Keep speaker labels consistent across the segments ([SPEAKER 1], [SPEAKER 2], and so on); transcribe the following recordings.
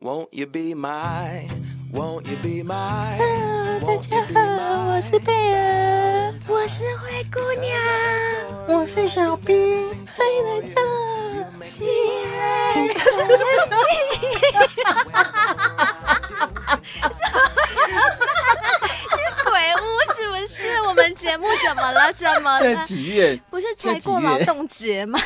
[SPEAKER 1] Won't you be my? Won't you be my?
[SPEAKER 2] Hello，大家好，我是贝儿，我是灰姑娘，我是小兵，欢迎来到西安。
[SPEAKER 3] 鬼屋是不是？我们节目怎么了？怎么
[SPEAKER 4] 这
[SPEAKER 3] 了？
[SPEAKER 4] 几月？
[SPEAKER 3] 不是才过劳动节吗？。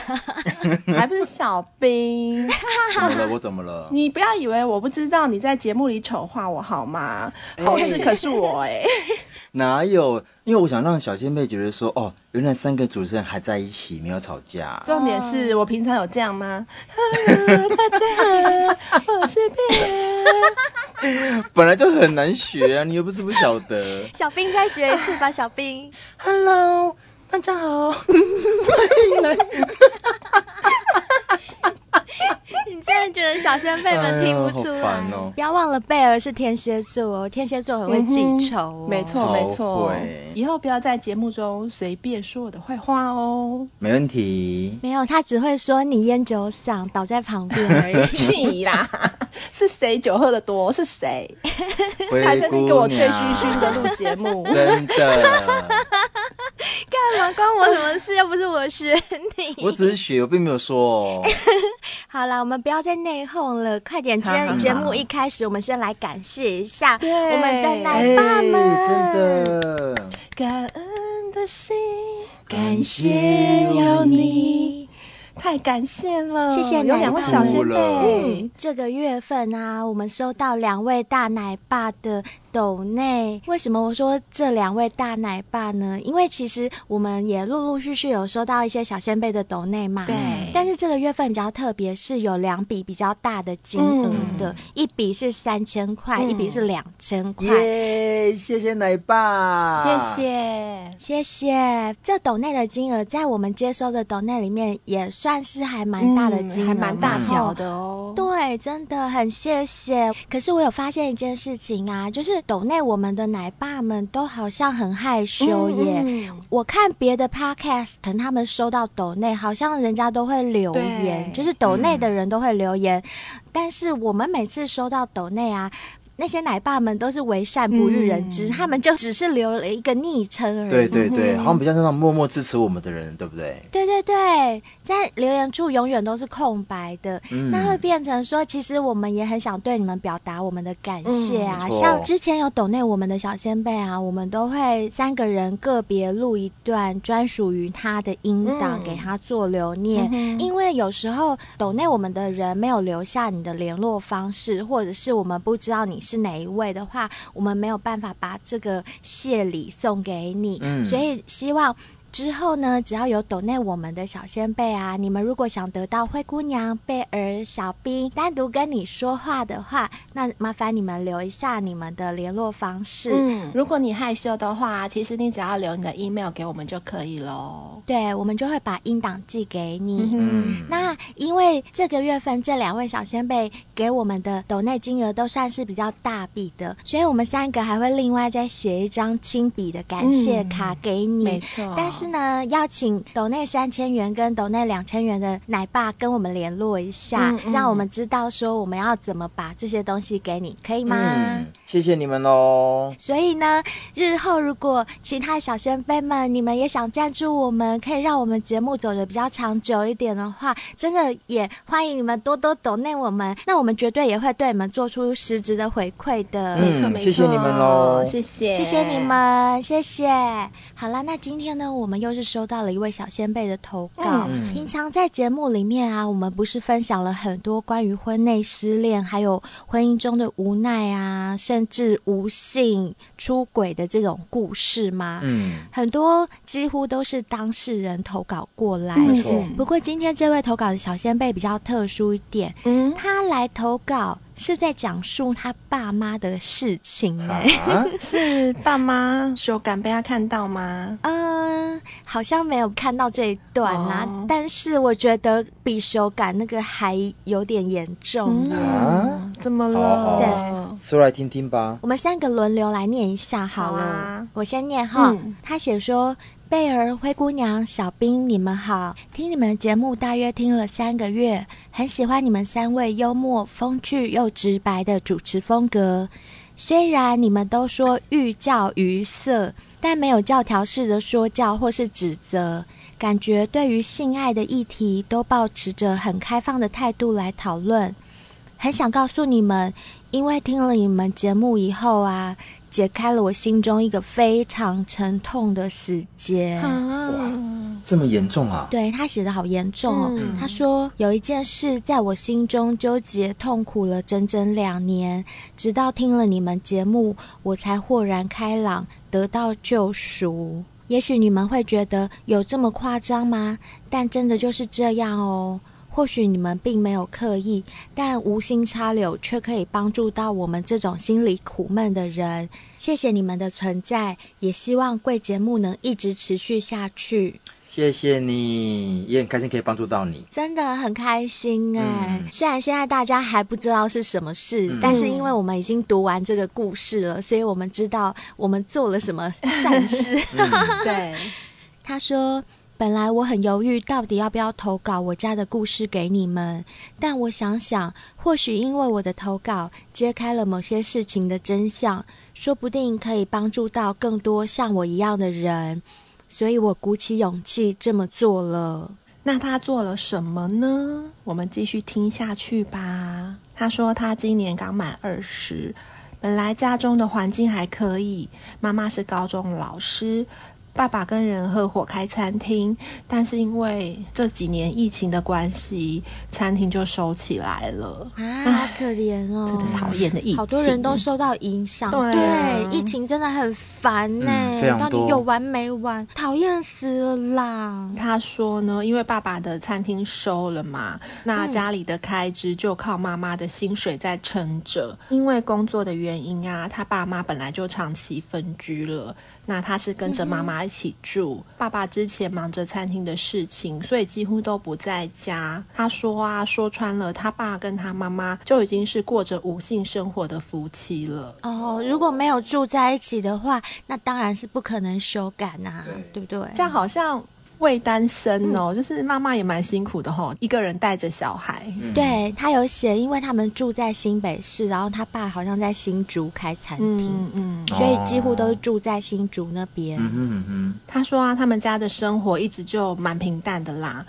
[SPEAKER 2] 还不是小兵，
[SPEAKER 4] 怎么了？我怎么了？
[SPEAKER 2] 你不要以为我不知道你在节目里丑化我好吗？后置可是我哎、
[SPEAKER 4] 哪有？因为我想让小仙妹觉得说，哦，原来三个主持人还在一起，没有吵架。
[SPEAKER 2] 重点是我平常有这样 吗？Hello，大家好，我是贝儿。
[SPEAKER 4] 本来就很难学啊，你又不是不晓得
[SPEAKER 3] 小兵 再学一次吧，小兵。
[SPEAKER 4] Hello，大家好。
[SPEAKER 3] 你真的觉得小先辈们听不出来？
[SPEAKER 4] 哎呀好烦哦
[SPEAKER 3] 不要忘了，贝儿是天蝎座哦，天蝎座很会记仇、哦
[SPEAKER 2] 没错，
[SPEAKER 4] 超
[SPEAKER 2] 没错
[SPEAKER 4] 会，
[SPEAKER 2] 嗯以后不要在节目中随便说我的坏话 哦。。
[SPEAKER 4] 没问题。
[SPEAKER 3] 没有，他只会说你烟酒嗓，倒在旁边而已
[SPEAKER 2] 屁啦！是谁酒喝的多？是谁？
[SPEAKER 4] 灰
[SPEAKER 2] 还在那
[SPEAKER 4] 姑
[SPEAKER 2] 给我醉醺
[SPEAKER 4] 娘，。
[SPEAKER 2] 醺的录节目
[SPEAKER 4] 真的。
[SPEAKER 3] 干嘛关我什么事？又不是我选你。
[SPEAKER 4] 我只是学，我并没有说哦。
[SPEAKER 3] 好啦，我们不要再内讧了，快点！今
[SPEAKER 2] 好好
[SPEAKER 3] 天
[SPEAKER 2] 好
[SPEAKER 3] 节目一开始，我们先来感谢一下
[SPEAKER 2] 对
[SPEAKER 3] 我们的
[SPEAKER 2] 哎
[SPEAKER 3] 奶爸们。
[SPEAKER 4] 哎真的。
[SPEAKER 2] 感恩的心，
[SPEAKER 3] 感谢有你。
[SPEAKER 2] 太感谢了，
[SPEAKER 3] 谢谢
[SPEAKER 2] 有两
[SPEAKER 3] 奶
[SPEAKER 2] 位
[SPEAKER 3] 爸
[SPEAKER 2] 小先
[SPEAKER 4] 哭了
[SPEAKER 2] 辈。
[SPEAKER 3] 这个月份啊，我们收到两位大奶爸的抖内。为什么我说这两位大奶爸呢？因为其实我们也陆陆续续有收到一些小先辈的抖内嘛。
[SPEAKER 2] 对
[SPEAKER 3] 但是这个月份比较特别，是有两笔比较大的金额的，一笔是三千块，
[SPEAKER 2] 嗯
[SPEAKER 3] 一笔是两千块。
[SPEAKER 4] 耶！谢谢奶爸，
[SPEAKER 2] 谢。谢，
[SPEAKER 3] 谢谢，这抖内的金额在我们接收的抖内里面也算是还蛮大的金额嗯嘛，
[SPEAKER 2] 嗯还蛮大条
[SPEAKER 3] 吼
[SPEAKER 2] 的哦。
[SPEAKER 3] 对，真的很谢谢。可是我有发现一件事情啊，就是抖内我们的奶爸们都好像很害羞耶。
[SPEAKER 2] 嗯嗯
[SPEAKER 3] 我看别的 podcast，他们收到抖内，好像人家都会留言，
[SPEAKER 2] 对嗯
[SPEAKER 3] 就是抖内的人都会留言。但是我们每次收到抖内啊。那些奶爸们都是为善不欲人知，
[SPEAKER 2] 嗯
[SPEAKER 3] 他们就只是留了一个昵称而已。
[SPEAKER 4] 对对对，好像比较那种默默支持我们的人，对不对？
[SPEAKER 3] 对对对，在留言处永远都是空白的，
[SPEAKER 4] 嗯
[SPEAKER 3] 那会变成说，其实我们也很想对你们表达我们的感谢啊。
[SPEAKER 4] 嗯没错
[SPEAKER 3] 像之前有抖内我们的小先辈啊，我们都会三个人个别录一段专属于他的音档，
[SPEAKER 2] 嗯
[SPEAKER 3] 给他做留念。
[SPEAKER 2] 嗯哼
[SPEAKER 3] 因为有时候抖内我们的人没有留下你的联络方式，或者是我们不知道你是哪一位的话，我们没有办法把这个谢礼送给你。
[SPEAKER 4] 嗯
[SPEAKER 3] 所以希望之后呢，只要有抖内我们的小先辈啊，你们如果想得到灰姑娘、贝儿、小兵单独跟你说话的话，那麻烦你们留一下你们的联络方式。
[SPEAKER 2] 嗯，如果你害羞的话，其实你只要留你的 email 给我们就可以喽。
[SPEAKER 3] 对，我们就会把音档寄给你。
[SPEAKER 4] 嗯，
[SPEAKER 3] 那因为这个月份这两位小先辈给我们的抖内金额都算是比较大笔的，所以我们三个还会另外再写一张亲笔的感谢卡给你。
[SPEAKER 2] 没错
[SPEAKER 3] 但是呢，要请抖内三千元跟抖内两千元的奶爸跟我们联络一下，
[SPEAKER 2] 嗯嗯
[SPEAKER 3] 让我们知道说我们要怎么把这些东西给你，可以吗？
[SPEAKER 4] 嗯，谢谢你们哦喽。
[SPEAKER 3] 所以呢，日后如果其他小先辈们，你们也想赞助我们，可以让我们节目走得比较长久一点的话，真的也欢迎你们多多抖内我们，那我们绝对也会对你们做出实质的回馈的。
[SPEAKER 4] 嗯
[SPEAKER 2] 没错，没错，
[SPEAKER 4] 谢谢你们喽
[SPEAKER 2] 谢谢，
[SPEAKER 3] 谢谢你。们，谢谢。好啦，那今天呢，我们又是收到了一位小先辈的投稿。
[SPEAKER 4] 嗯
[SPEAKER 3] 平常在节目里面啊，我们不是分享了很多关于婚内失恋，还有婚姻中的无奈啊，甚至无性出轨的这种故事吗？
[SPEAKER 4] 嗯，
[SPEAKER 3] 很多几乎都是当事人投稿过来。
[SPEAKER 4] 没错。
[SPEAKER 3] 不过今天这位投稿的小先辈比较特殊一点，
[SPEAKER 2] 嗯，
[SPEAKER 3] 他来投稿是在讲述他爸妈的事情、欸。
[SPEAKER 4] 啊，
[SPEAKER 2] 是爸妈手感被他看到吗？
[SPEAKER 3] 嗯，好像没有看到这一段啦、
[SPEAKER 2] 哦
[SPEAKER 3] 但是我觉得比手感那个还有点严重
[SPEAKER 2] 嗯
[SPEAKER 3] 呢。
[SPEAKER 4] 啊，
[SPEAKER 2] 怎么
[SPEAKER 4] 好
[SPEAKER 2] 了？
[SPEAKER 3] 好
[SPEAKER 4] 说来听听吧。
[SPEAKER 3] 我们三个轮流来念一下好了，
[SPEAKER 2] 好啊
[SPEAKER 3] 我先念哈、
[SPEAKER 2] 嗯
[SPEAKER 3] 他写说。贝儿、灰姑娘、小冰，你们好！听你们节目大约听了三个月，很喜欢你们三位幽默、风趣又直白的主持风格。虽然你们都说寓教于色，但没有教条式的说教或是指责，感觉对于性爱的议题都保持着很开放的态度来讨论。很想告诉你们，因为听了你们节目以后啊，解开了我心中一个非常沉痛的死结。
[SPEAKER 2] 嗯啊
[SPEAKER 4] 这么严重啊？
[SPEAKER 3] 对他写的好严重哦。
[SPEAKER 2] 嗯
[SPEAKER 3] 他说有一件事在我心中纠结痛苦了整整两年，直到听了你们节目，我才豁然开朗，得到救赎。也许你们会觉得有这么夸张吗？但真的就是这样哦。或许你们并没有刻意，但无心插柳却可以帮助到我们这种心里苦闷的人。谢谢你们的存在，也希望贵节目能一直持续下去。
[SPEAKER 4] 谢谢你，也很开心可以帮助到你。
[SPEAKER 3] 真的很开心哎、
[SPEAKER 4] 嗯
[SPEAKER 3] 虽然现在大家还不知道是什么事，但是因为我们已经读完这个故事了，所以我们知道我们做了什么善事。
[SPEAKER 4] 嗯
[SPEAKER 2] 对，
[SPEAKER 3] 他说：“本来我很犹豫，到底要不要投稿我家的故事给你们，但我想想，或许因为我的投稿揭开了某些事情的真相，说不定可以帮助到更多像我一样的人，所以我鼓起勇气这么做了。”
[SPEAKER 2] 那他做了什么呢？我们继续听下去吧。他说他今年刚满二十，本来家中的环境还可以，妈妈是高中老师。爸爸跟人合伙开餐厅，但是因为这几年疫情的关系，餐厅就收起来了，
[SPEAKER 3] 啊，好可怜哦，
[SPEAKER 2] 真的讨厌的疫情。
[SPEAKER 3] 好多人都受到影响，
[SPEAKER 2] 对啊
[SPEAKER 3] 疫情真的很烦呢、
[SPEAKER 4] 嗯非常
[SPEAKER 3] 到底
[SPEAKER 4] 多
[SPEAKER 3] 有完没完？讨厌死了啦！
[SPEAKER 2] 他说呢，因为爸爸的餐厅收了嘛，那家里的开支就靠妈妈的薪水在撑着。因为工作的原因啊，他爸妈本来就长期分居了，那他是跟着妈妈一起住。爸爸之前忙着餐厅的事情，所以几乎都不在家。他说啊，说穿了，他爸跟他妈妈就已经是过着无性生活的夫妻了。
[SPEAKER 3] 哦，如果没有住在一起的话，那当然是不可能修改呐、对不对？
[SPEAKER 2] 这样好像。未单身哦，就是妈妈也蛮辛苦的吼、一个人带着小孩，
[SPEAKER 3] 对他有写，因为他们住在新北市，然后他爸好像在新竹开餐厅，
[SPEAKER 2] 嗯嗯，
[SPEAKER 3] 所以几乎都是住在新竹那边。
[SPEAKER 4] 嗯嗯
[SPEAKER 2] 他说啊，他们家的生活一直就蛮平淡的啦。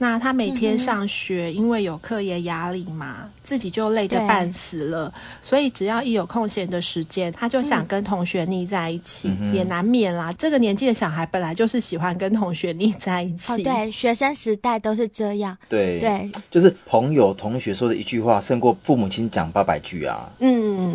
[SPEAKER 2] 那他每
[SPEAKER 3] 嗯
[SPEAKER 2] 天上学，因为有课业压力嘛，自己就累得
[SPEAKER 3] 对
[SPEAKER 2] 半死了。所以只要一有空闲的时间，他就
[SPEAKER 3] 嗯
[SPEAKER 2] 想跟同学腻在一起，
[SPEAKER 4] 嗯
[SPEAKER 2] 也难免啦。这个年纪的小孩本来就是喜欢跟同学腻在一起。
[SPEAKER 3] 哦，对，学生时代都是这样。
[SPEAKER 4] 对
[SPEAKER 3] 对，
[SPEAKER 4] 就是朋友同学说的一句话，胜过父母亲讲八百句啊，
[SPEAKER 2] 嗯，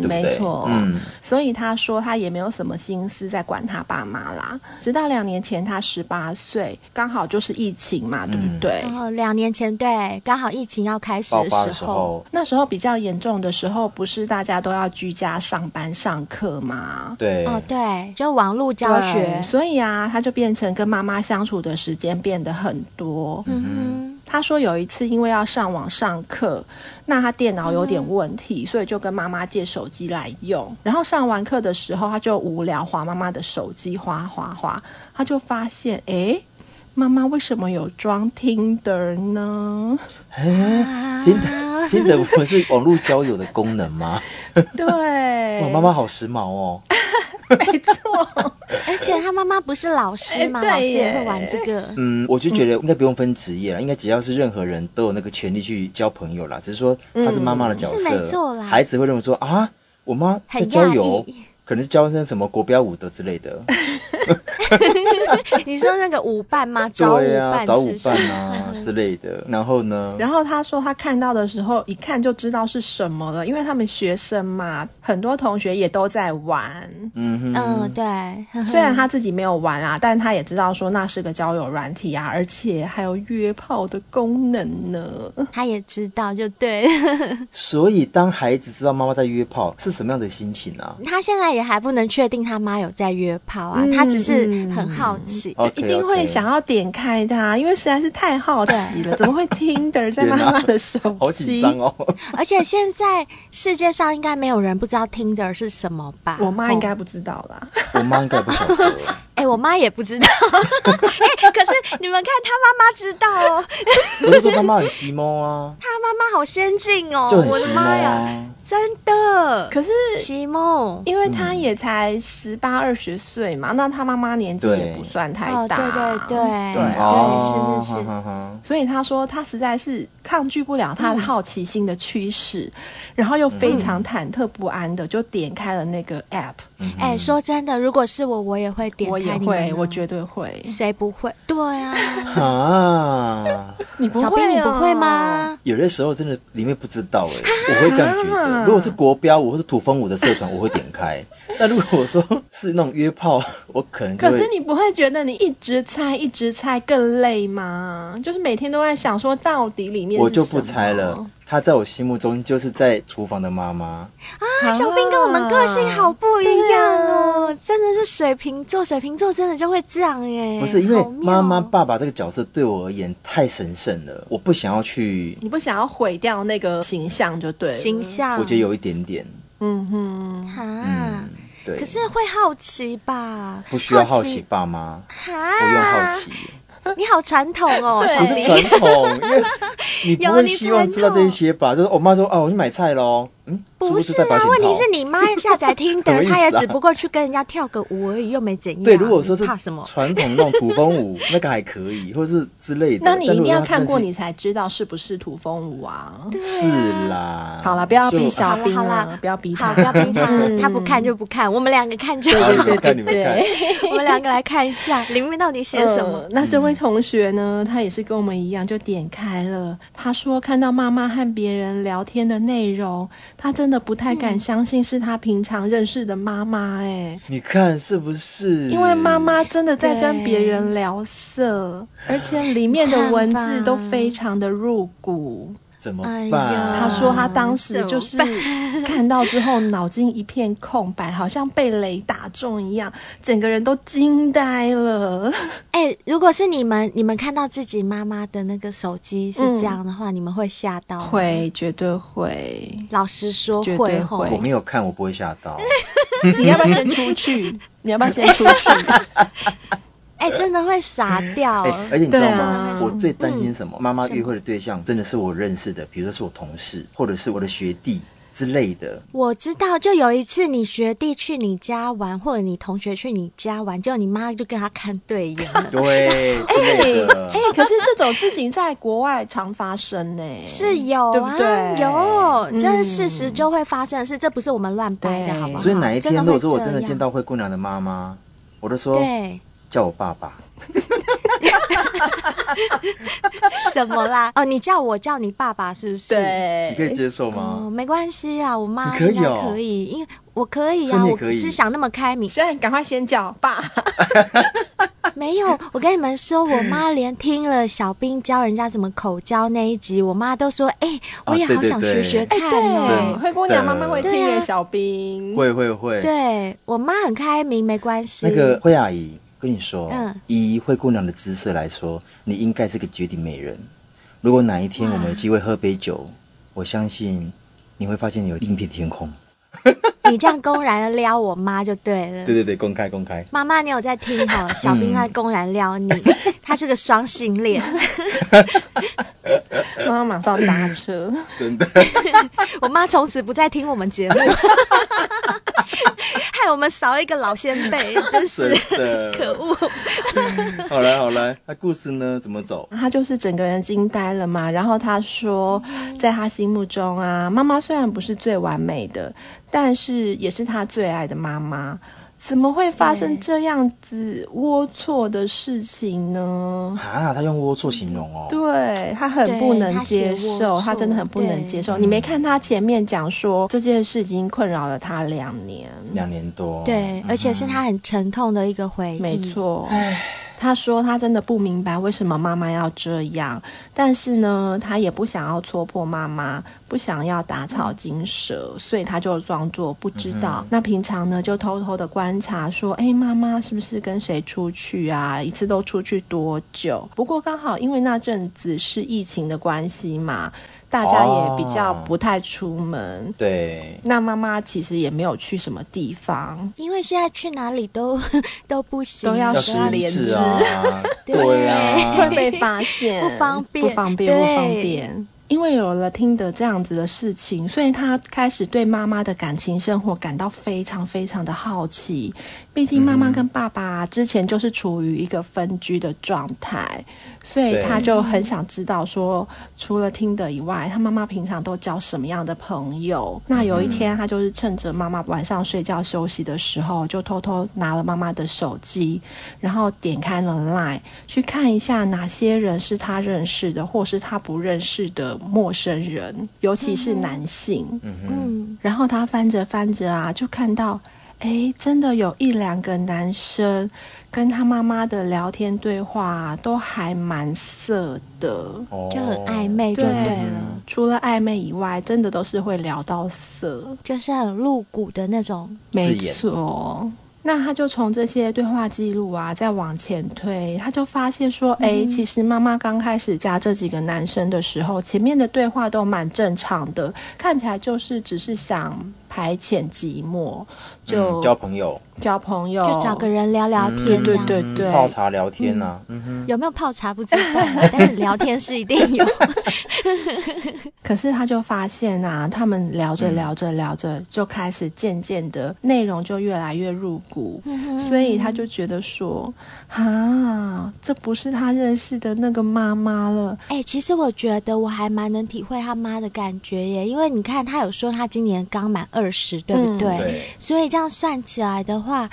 [SPEAKER 4] 对不对？
[SPEAKER 2] 没错，
[SPEAKER 4] 嗯，
[SPEAKER 2] 所以他说他也没有什么心思在管他爸妈啦。直到两年前他十八岁，刚好就是疫情嘛，对
[SPEAKER 4] 嗯
[SPEAKER 2] 不对？
[SPEAKER 3] 然后两年前，对，刚好疫情要开始
[SPEAKER 4] 爆
[SPEAKER 3] 的
[SPEAKER 4] 发的
[SPEAKER 3] 时
[SPEAKER 4] 时
[SPEAKER 3] 候，
[SPEAKER 4] 候，
[SPEAKER 2] 那时候比较严重的时候，不是大家都要居家上班上课吗？
[SPEAKER 4] 对，
[SPEAKER 3] 哦，对，就网络教学
[SPEAKER 2] 对，所以啊，他就变成跟妈妈相处的时间变得很多。
[SPEAKER 3] 嗯
[SPEAKER 2] 他说有一次因为要上网上课，那他电脑有点问题，所以就跟妈妈借手机来用。然后上完课的时候，他就无聊划妈妈的手机，划划划，他就发现，诶，妈妈为什么有装听的呢？
[SPEAKER 4] 听听的不是网络交友的功能 吗？
[SPEAKER 2] 对，
[SPEAKER 4] 哇，妈妈好时髦哦，
[SPEAKER 2] 没错。
[SPEAKER 3] 而且他妈妈不是老师吗？
[SPEAKER 2] 哎对
[SPEAKER 3] 老师也
[SPEAKER 2] 耶
[SPEAKER 3] 会玩这个。
[SPEAKER 4] 嗯，我就觉得应该不用分职业了，应该只要是任何人都有那个权利去交朋友啦，只是说她是妈妈的角
[SPEAKER 3] 嗯是
[SPEAKER 4] 色，
[SPEAKER 3] 没错啦
[SPEAKER 4] 孩子会认为说啊，我妈在
[SPEAKER 3] 很
[SPEAKER 4] 交
[SPEAKER 3] 讶
[SPEAKER 4] 友
[SPEAKER 3] 异，
[SPEAKER 4] 可能是交成什么国标舞的之 类的，
[SPEAKER 3] 你说那个舞伴吗？找舞
[SPEAKER 4] 对呀、
[SPEAKER 3] 伴
[SPEAKER 4] 早
[SPEAKER 3] 是
[SPEAKER 4] 午
[SPEAKER 3] 不是？
[SPEAKER 4] 饭啊之类的，然后呢？
[SPEAKER 2] 然后他说他看到的时候，一看就知道是什么了，因为他们学生嘛，很多同学也都在玩。
[SPEAKER 4] 嗯哼，
[SPEAKER 3] 嗯，对。
[SPEAKER 2] 虽然他自己没有玩啊，但他也知道说那是个交友软体啊，而且还有约炮的功能呢。
[SPEAKER 3] 他也知道，就对 了。
[SPEAKER 4] 所以当孩子知道妈妈在约炮是什么样的心情啊？
[SPEAKER 3] 他现在也还不能确定他妈有在约炮啊，
[SPEAKER 2] 嗯哦
[SPEAKER 3] 他他只是很好奇。
[SPEAKER 4] OK，OK
[SPEAKER 2] 一定会想要点开它，因为实在是太好奇了，怎么会听的在妈妈 的手
[SPEAKER 4] 好紧
[SPEAKER 2] 机？
[SPEAKER 4] 张哦。
[SPEAKER 3] 而且现在世界上应该没有人不知道 Tinder 是什么吧？
[SPEAKER 2] 我妈应该
[SPEAKER 3] 哦，
[SPEAKER 2] 不知道啦。
[SPEAKER 4] 我妈应该不晓得，
[SPEAKER 3] 哎、我妈也不知道。 哎、可是你们看，她妈妈知道哦，
[SPEAKER 4] 我是说她妈很吸猫啊，
[SPEAKER 3] 她妈妈好先进哦，
[SPEAKER 4] 就很
[SPEAKER 3] 我的
[SPEAKER 4] 吸猫
[SPEAKER 3] 妈呀，
[SPEAKER 4] 啊。
[SPEAKER 3] 真的。
[SPEAKER 2] 可是
[SPEAKER 3] 席梦，
[SPEAKER 2] 因为她
[SPEAKER 4] 嗯
[SPEAKER 2] 也才十八二十岁嘛，那她妈妈年纪也
[SPEAKER 4] 对
[SPEAKER 2] 不算太
[SPEAKER 3] 哦，对
[SPEAKER 2] 大，
[SPEAKER 3] 对对，
[SPEAKER 2] 对
[SPEAKER 4] 嗯哦
[SPEAKER 3] 哎对，是是是。
[SPEAKER 4] 哼哼
[SPEAKER 2] 所以他说，他实在是抗拒不了他的好奇心的驱使，然后又非常忐忑不安的就点开了那个 app。
[SPEAKER 4] 嗯
[SPEAKER 3] 哎、说真的，如果是我，我也会点
[SPEAKER 2] 我也
[SPEAKER 3] 开你
[SPEAKER 2] 会，
[SPEAKER 3] 们。
[SPEAKER 2] 我绝对会。
[SPEAKER 3] 谁不会？对啊，
[SPEAKER 4] 哼啊，
[SPEAKER 2] 你不
[SPEAKER 3] 小
[SPEAKER 2] 会、
[SPEAKER 3] 兵
[SPEAKER 2] 啊？
[SPEAKER 3] 你不会？啊吗？
[SPEAKER 4] 有的时候真的里面不知道哎、我会这样觉得。如果是国标舞或是土风舞的社团，我会点开；但如果说是那种约炮，我可能就
[SPEAKER 2] 可
[SPEAKER 4] 会
[SPEAKER 2] 是你不会觉得你一直猜一直猜更累吗？就是每天都在想说到底里面
[SPEAKER 4] 我
[SPEAKER 2] 是
[SPEAKER 4] 就不
[SPEAKER 2] 什么
[SPEAKER 4] 猜
[SPEAKER 2] 啊
[SPEAKER 4] 了。。她在我心目中就是在厨房的妈妈，
[SPEAKER 3] 啊，小兵跟我们个性好不一样哦，真的是水瓶座，水瓶座真的就会这样耶。
[SPEAKER 4] 不是因为
[SPEAKER 3] 哎好妙
[SPEAKER 4] 妈妈、爸爸这个角色对我而言太神圣了，我不想要去，
[SPEAKER 2] 你不想要毁掉那个形象就对了。
[SPEAKER 3] 形象，
[SPEAKER 4] 我觉得有一点点，嗯
[SPEAKER 2] 嗯哼，
[SPEAKER 3] 啊，
[SPEAKER 4] 对，
[SPEAKER 3] 可是会好奇吧？
[SPEAKER 4] 不需要好奇
[SPEAKER 3] 奇
[SPEAKER 4] 爸妈，
[SPEAKER 3] 哈，
[SPEAKER 4] 不用好奇。
[SPEAKER 3] 你好传统哦，
[SPEAKER 2] 对
[SPEAKER 3] 小
[SPEAKER 4] 不是
[SPEAKER 3] 兵。
[SPEAKER 4] 传统，因为你不
[SPEAKER 3] 有
[SPEAKER 4] 会
[SPEAKER 3] 你
[SPEAKER 4] 希望
[SPEAKER 3] 传
[SPEAKER 4] 知道这
[SPEAKER 3] 统
[SPEAKER 4] 些吧？就是我妈说啊，我去买菜喽。嗯，
[SPEAKER 3] 不
[SPEAKER 4] 是
[SPEAKER 3] 是
[SPEAKER 4] 带保
[SPEAKER 3] 啊
[SPEAKER 4] 险，
[SPEAKER 3] 问题
[SPEAKER 4] 套
[SPEAKER 3] 是你妈下载
[SPEAKER 4] 什么
[SPEAKER 3] Tinder，
[SPEAKER 4] 意思啊
[SPEAKER 3] 她也只不过去跟人家跳个舞而已，又没怎样。
[SPEAKER 4] 对，如果说是
[SPEAKER 3] 你怕什么？
[SPEAKER 4] 传统那种土风舞，那个还可以，或者是之类的。
[SPEAKER 2] 那你一
[SPEAKER 4] 但如果
[SPEAKER 2] 定要
[SPEAKER 4] 说
[SPEAKER 2] 看过
[SPEAKER 4] 真
[SPEAKER 2] 你才知道是不是土风舞啊。
[SPEAKER 4] 是。是啦，
[SPEAKER 2] 好了，不要逼
[SPEAKER 4] 就啊
[SPEAKER 2] 小兵
[SPEAKER 3] 好啦好
[SPEAKER 2] 了
[SPEAKER 3] 啦，
[SPEAKER 2] 不要逼他
[SPEAKER 3] 好，不。要逼 她，她不看就不看，我们两个看就
[SPEAKER 4] 好你
[SPEAKER 3] 好。
[SPEAKER 4] 们看，你们看，
[SPEAKER 3] 我们两个来看一下里面到底写什么
[SPEAKER 2] 呃。那这位同学呢，他也是跟我们一样，就点开了。他说看到妈妈和别人聊天的内容，他真的不太
[SPEAKER 3] 嗯
[SPEAKER 2] 敢相信是他平常认识的妈妈哎。
[SPEAKER 4] 你看是不是？
[SPEAKER 2] 因为妈妈真的在跟别人聊色，而且里面的文字都非常的入骨。
[SPEAKER 4] 怎么
[SPEAKER 3] 哎呀
[SPEAKER 4] 办？
[SPEAKER 2] 他说他当时
[SPEAKER 3] 嗯
[SPEAKER 2] 就是看到之后脑筋一片空白，好像被雷打中一样，整个人都惊呆了。
[SPEAKER 3] 哎、如果是你们，你们看到自己妈妈的那个手机是这样的话，你们会吓到吗？
[SPEAKER 2] 会，绝对会。
[SPEAKER 3] 老实说
[SPEAKER 2] 绝
[SPEAKER 3] 会
[SPEAKER 2] 对
[SPEAKER 3] 吼
[SPEAKER 2] 会
[SPEAKER 4] 我没有看，我不会吓到。
[SPEAKER 2] 你要不要先出去？你要不要先出去？
[SPEAKER 3] 哎、真的会傻掉。
[SPEAKER 4] 哎，而且你知道吗
[SPEAKER 2] 对啊？
[SPEAKER 4] 我最担心什么？妈妈约会的对象真的是我认识的，比如说是我同事，或者是我的学弟之类的。。
[SPEAKER 3] 我知道，就有一次你学弟去你家玩，或者你同学去你家玩，结果你妈就跟他看对眼了
[SPEAKER 4] 对，之类的。
[SPEAKER 2] 哎、可是这种事情在国外常发生呢、
[SPEAKER 3] 是有
[SPEAKER 2] 对
[SPEAKER 3] 啊，
[SPEAKER 2] 不对
[SPEAKER 3] 有，这是事实就会发生的事，这不是我们乱掰的，
[SPEAKER 2] 对
[SPEAKER 3] 好不好？
[SPEAKER 4] 嗯所以哪一天
[SPEAKER 3] 真的
[SPEAKER 4] 如果
[SPEAKER 3] 会
[SPEAKER 4] 说我真
[SPEAKER 3] 这
[SPEAKER 4] 的
[SPEAKER 3] 样
[SPEAKER 4] 见，到灰姑娘的妈妈，我都说
[SPEAKER 3] 对，
[SPEAKER 4] 叫我爸爸。
[SPEAKER 3] 什么啦？哦，你叫我叫你爸爸是不是？
[SPEAKER 4] 你可以
[SPEAKER 2] 对，
[SPEAKER 4] 接受
[SPEAKER 3] 哦，
[SPEAKER 4] 吗？
[SPEAKER 3] 没关系啊，我妈
[SPEAKER 4] 你可以
[SPEAKER 3] 应该
[SPEAKER 4] 哦
[SPEAKER 3] 可以，因为我可以
[SPEAKER 4] 所以
[SPEAKER 3] 啊，
[SPEAKER 4] 你也
[SPEAKER 3] 我
[SPEAKER 4] 可以
[SPEAKER 3] 是想那么开明。
[SPEAKER 2] 现在赶快先叫爸。
[SPEAKER 3] 没有，我跟你们说，我妈连听了小兵教人家怎么口交那一集，我妈都说：“哎、我也
[SPEAKER 4] 啊对
[SPEAKER 3] 好
[SPEAKER 4] 对
[SPEAKER 3] 想学
[SPEAKER 4] 对
[SPEAKER 3] 学看
[SPEAKER 4] 真
[SPEAKER 3] 哦。
[SPEAKER 4] 的
[SPEAKER 2] 灰哎姑娘妈妈会听
[SPEAKER 3] 对啊
[SPEAKER 2] 耶，小兵。
[SPEAKER 4] 会会会。
[SPEAKER 3] 嗯对我妈很开明，没关系。
[SPEAKER 4] 那个灰阿姨跟你说
[SPEAKER 3] 嗯，
[SPEAKER 4] 以灰姑娘的姿色来说，你应该是个绝顶美人。如果哪一天我们有机会喝杯酒，我相信你会发现你有另一片天空。
[SPEAKER 3] 嗯你这样公然的撩我妈就对了。
[SPEAKER 4] 对对对，公开公开。
[SPEAKER 3] 妈妈，你有在听哈？小兵在公然撩 你，他是个双性恋。
[SPEAKER 2] 妈妈马上搭车，
[SPEAKER 3] 我妈从此不再听我们节 目，害我们少一个老先辈，真
[SPEAKER 4] 真
[SPEAKER 3] 是
[SPEAKER 4] 的，
[SPEAKER 3] 可恶。
[SPEAKER 4] 好来好来，那故事呢？怎么走？
[SPEAKER 2] 他就是整个人惊呆了嘛。然后他说，在他心目中啊，妈妈虽然不是最完美的，但是也是他最爱的妈妈。怎么会发生这样子龌龊的事情
[SPEAKER 3] 嗯
[SPEAKER 2] 呢？
[SPEAKER 4] 啊，他用龌龊形容哦。
[SPEAKER 2] 对他很不能接受，
[SPEAKER 3] 对
[SPEAKER 2] 他真的很不能接受。
[SPEAKER 4] 对
[SPEAKER 2] 你没看他前面讲说这件事情困扰了他两年，
[SPEAKER 4] 两年多。
[SPEAKER 3] 嗯对，而且是他很沉痛的一个回忆。
[SPEAKER 2] 没错，他说他真的不明白为什么妈妈要这样，但是呢，他也不想要戳破妈妈，不想要打草惊蛇，所以他就装作不知道。那平常呢，就偷偷的观察，说，哎，妈妈是不是跟谁出去啊？一次都出去多久？不过刚好因为那阵子是疫情的关系嘛，大家也比较不太出门。
[SPEAKER 4] 对，
[SPEAKER 2] 那妈妈其实也没有去什么地方，
[SPEAKER 3] 因为现在去哪里都 都不行，
[SPEAKER 2] 都要
[SPEAKER 4] 要
[SPEAKER 2] 实
[SPEAKER 4] 失
[SPEAKER 2] 施连
[SPEAKER 4] 智
[SPEAKER 2] 枝
[SPEAKER 4] 啊，
[SPEAKER 3] 对
[SPEAKER 4] 对啊
[SPEAKER 2] 会，被发现，
[SPEAKER 3] 不方便
[SPEAKER 2] 不方便，不
[SPEAKER 3] 对
[SPEAKER 2] 方便。因为有了听的这样子的事情，所以他开始对妈妈的感情生活感到非常非常的好奇。毕竟妈妈跟爸爸之前就是处于一个分居的状态，所以
[SPEAKER 4] 对
[SPEAKER 2] 他就很想知道说，除了听的以外，他妈妈平常都交什么样的朋友。那有一天，他就是趁着妈妈晚上睡觉休息的时候，就偷偷拿了妈妈的手机，然后点开了 Line 去看一下哪些人是他认识的，或是他不认识的陌生人，尤其是男性。
[SPEAKER 3] 嗯，
[SPEAKER 2] 然后他翻着翻着啊，就看到，哎，真的有一两个男生跟他妈妈的聊天对话啊、都还蛮色的。
[SPEAKER 4] 哦
[SPEAKER 3] 就很暧昧，就
[SPEAKER 2] 对
[SPEAKER 3] 对了，
[SPEAKER 2] 除了暧昧以外，真的都是会聊到色，
[SPEAKER 3] 就是很露骨的那种。
[SPEAKER 2] 没
[SPEAKER 4] 自眼
[SPEAKER 2] 错。那他就从这些对话记录啊，再往前推，他就发现
[SPEAKER 4] 嗯
[SPEAKER 2] 说，哎、其实妈妈刚开始加这几个男生的时候，前面的对话都蛮正常的，看起来就是只是想排遣寂寞，就、
[SPEAKER 4] 嗯 交朋友，
[SPEAKER 2] 交朋友，
[SPEAKER 3] 就找个人聊聊天，
[SPEAKER 2] 哦
[SPEAKER 3] 这
[SPEAKER 2] 对
[SPEAKER 3] 样
[SPEAKER 2] 对
[SPEAKER 4] 嗯
[SPEAKER 2] 对
[SPEAKER 4] 泡茶聊天啊，嗯
[SPEAKER 3] 有没有泡茶不知道，啊但是聊天是一定有。
[SPEAKER 2] 可是他就发现啊，他们聊着聊着聊着，就开始渐渐的内容就越来越入骨，所以他就觉得说，啊，这不是他认识的那个妈妈了，
[SPEAKER 3] 哎、其实我觉得我还蛮能体会他妈的感觉耶，因为你看他有说他今年刚满二十，对不
[SPEAKER 2] 嗯
[SPEAKER 3] 对？
[SPEAKER 4] 对，
[SPEAKER 3] 所以这样算起来的话，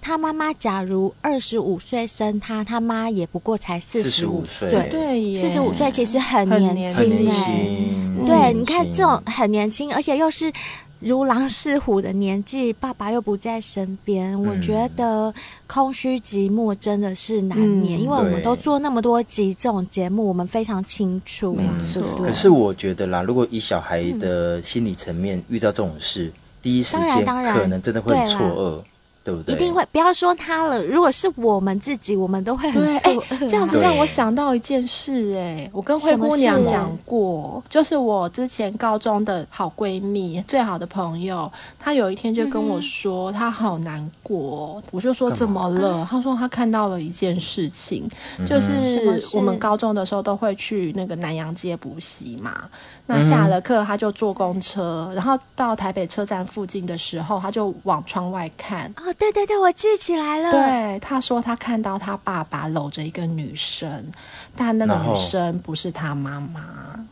[SPEAKER 3] 他妈妈假如二十五岁生他，他妈也不过才四十五
[SPEAKER 4] 45岁
[SPEAKER 3] 岁，
[SPEAKER 2] 对耶，
[SPEAKER 3] 四十五岁其实很
[SPEAKER 2] 很
[SPEAKER 3] 年
[SPEAKER 2] 年
[SPEAKER 4] 很
[SPEAKER 2] 轻
[SPEAKER 4] 年
[SPEAKER 3] 哎、
[SPEAKER 4] 轻，
[SPEAKER 3] 对，
[SPEAKER 2] 嗯
[SPEAKER 4] 很
[SPEAKER 3] 你看
[SPEAKER 4] 年
[SPEAKER 3] 这种
[SPEAKER 4] 轻
[SPEAKER 3] 很年轻，而且又是如狼似虎的年纪，爸爸又不在身边，我觉得空虚寂寞真的是难免，
[SPEAKER 2] 嗯
[SPEAKER 3] 因为我们
[SPEAKER 4] 对
[SPEAKER 3] 都做那么多集这种节目，我们非常清楚。
[SPEAKER 2] 没错，
[SPEAKER 4] 可是我觉得啦，如果以小孩的心理层面遇到这种事，第一时
[SPEAKER 3] 嗯当然
[SPEAKER 4] 间
[SPEAKER 3] 当然
[SPEAKER 4] 可能真的会很
[SPEAKER 3] 对啦
[SPEAKER 4] 错愕，对不对？
[SPEAKER 3] 一定会，不要说他了。如果是我们自己，我们都会很
[SPEAKER 2] 对，
[SPEAKER 3] 错
[SPEAKER 2] 哎、
[SPEAKER 3] 愕、
[SPEAKER 2] 这样子
[SPEAKER 4] 对
[SPEAKER 2] 让我想到一件事、哎，我跟灰姑
[SPEAKER 3] 什
[SPEAKER 2] 娘
[SPEAKER 3] 么事
[SPEAKER 2] 讲过，就是我之前高中的好闺蜜、最好的朋友，她有一天就跟我说，她好难过，我就说
[SPEAKER 4] 干嘛
[SPEAKER 2] 怎么
[SPEAKER 3] 嗯
[SPEAKER 2] 了？她说她看到了一件事情，就
[SPEAKER 3] 什么
[SPEAKER 2] 是
[SPEAKER 3] 事
[SPEAKER 2] 我们高中的时候都会去那个南洋街补习嘛，
[SPEAKER 3] 嗯
[SPEAKER 2] 那下了课她就坐公车，然后到台北车站附近的时候，她就往窗外看。
[SPEAKER 3] 哦，对对对，我记起来了。
[SPEAKER 2] 对，他说他看到他爸爸搂着一个女生，但那个
[SPEAKER 4] 然后
[SPEAKER 2] 女生不是他妈妈。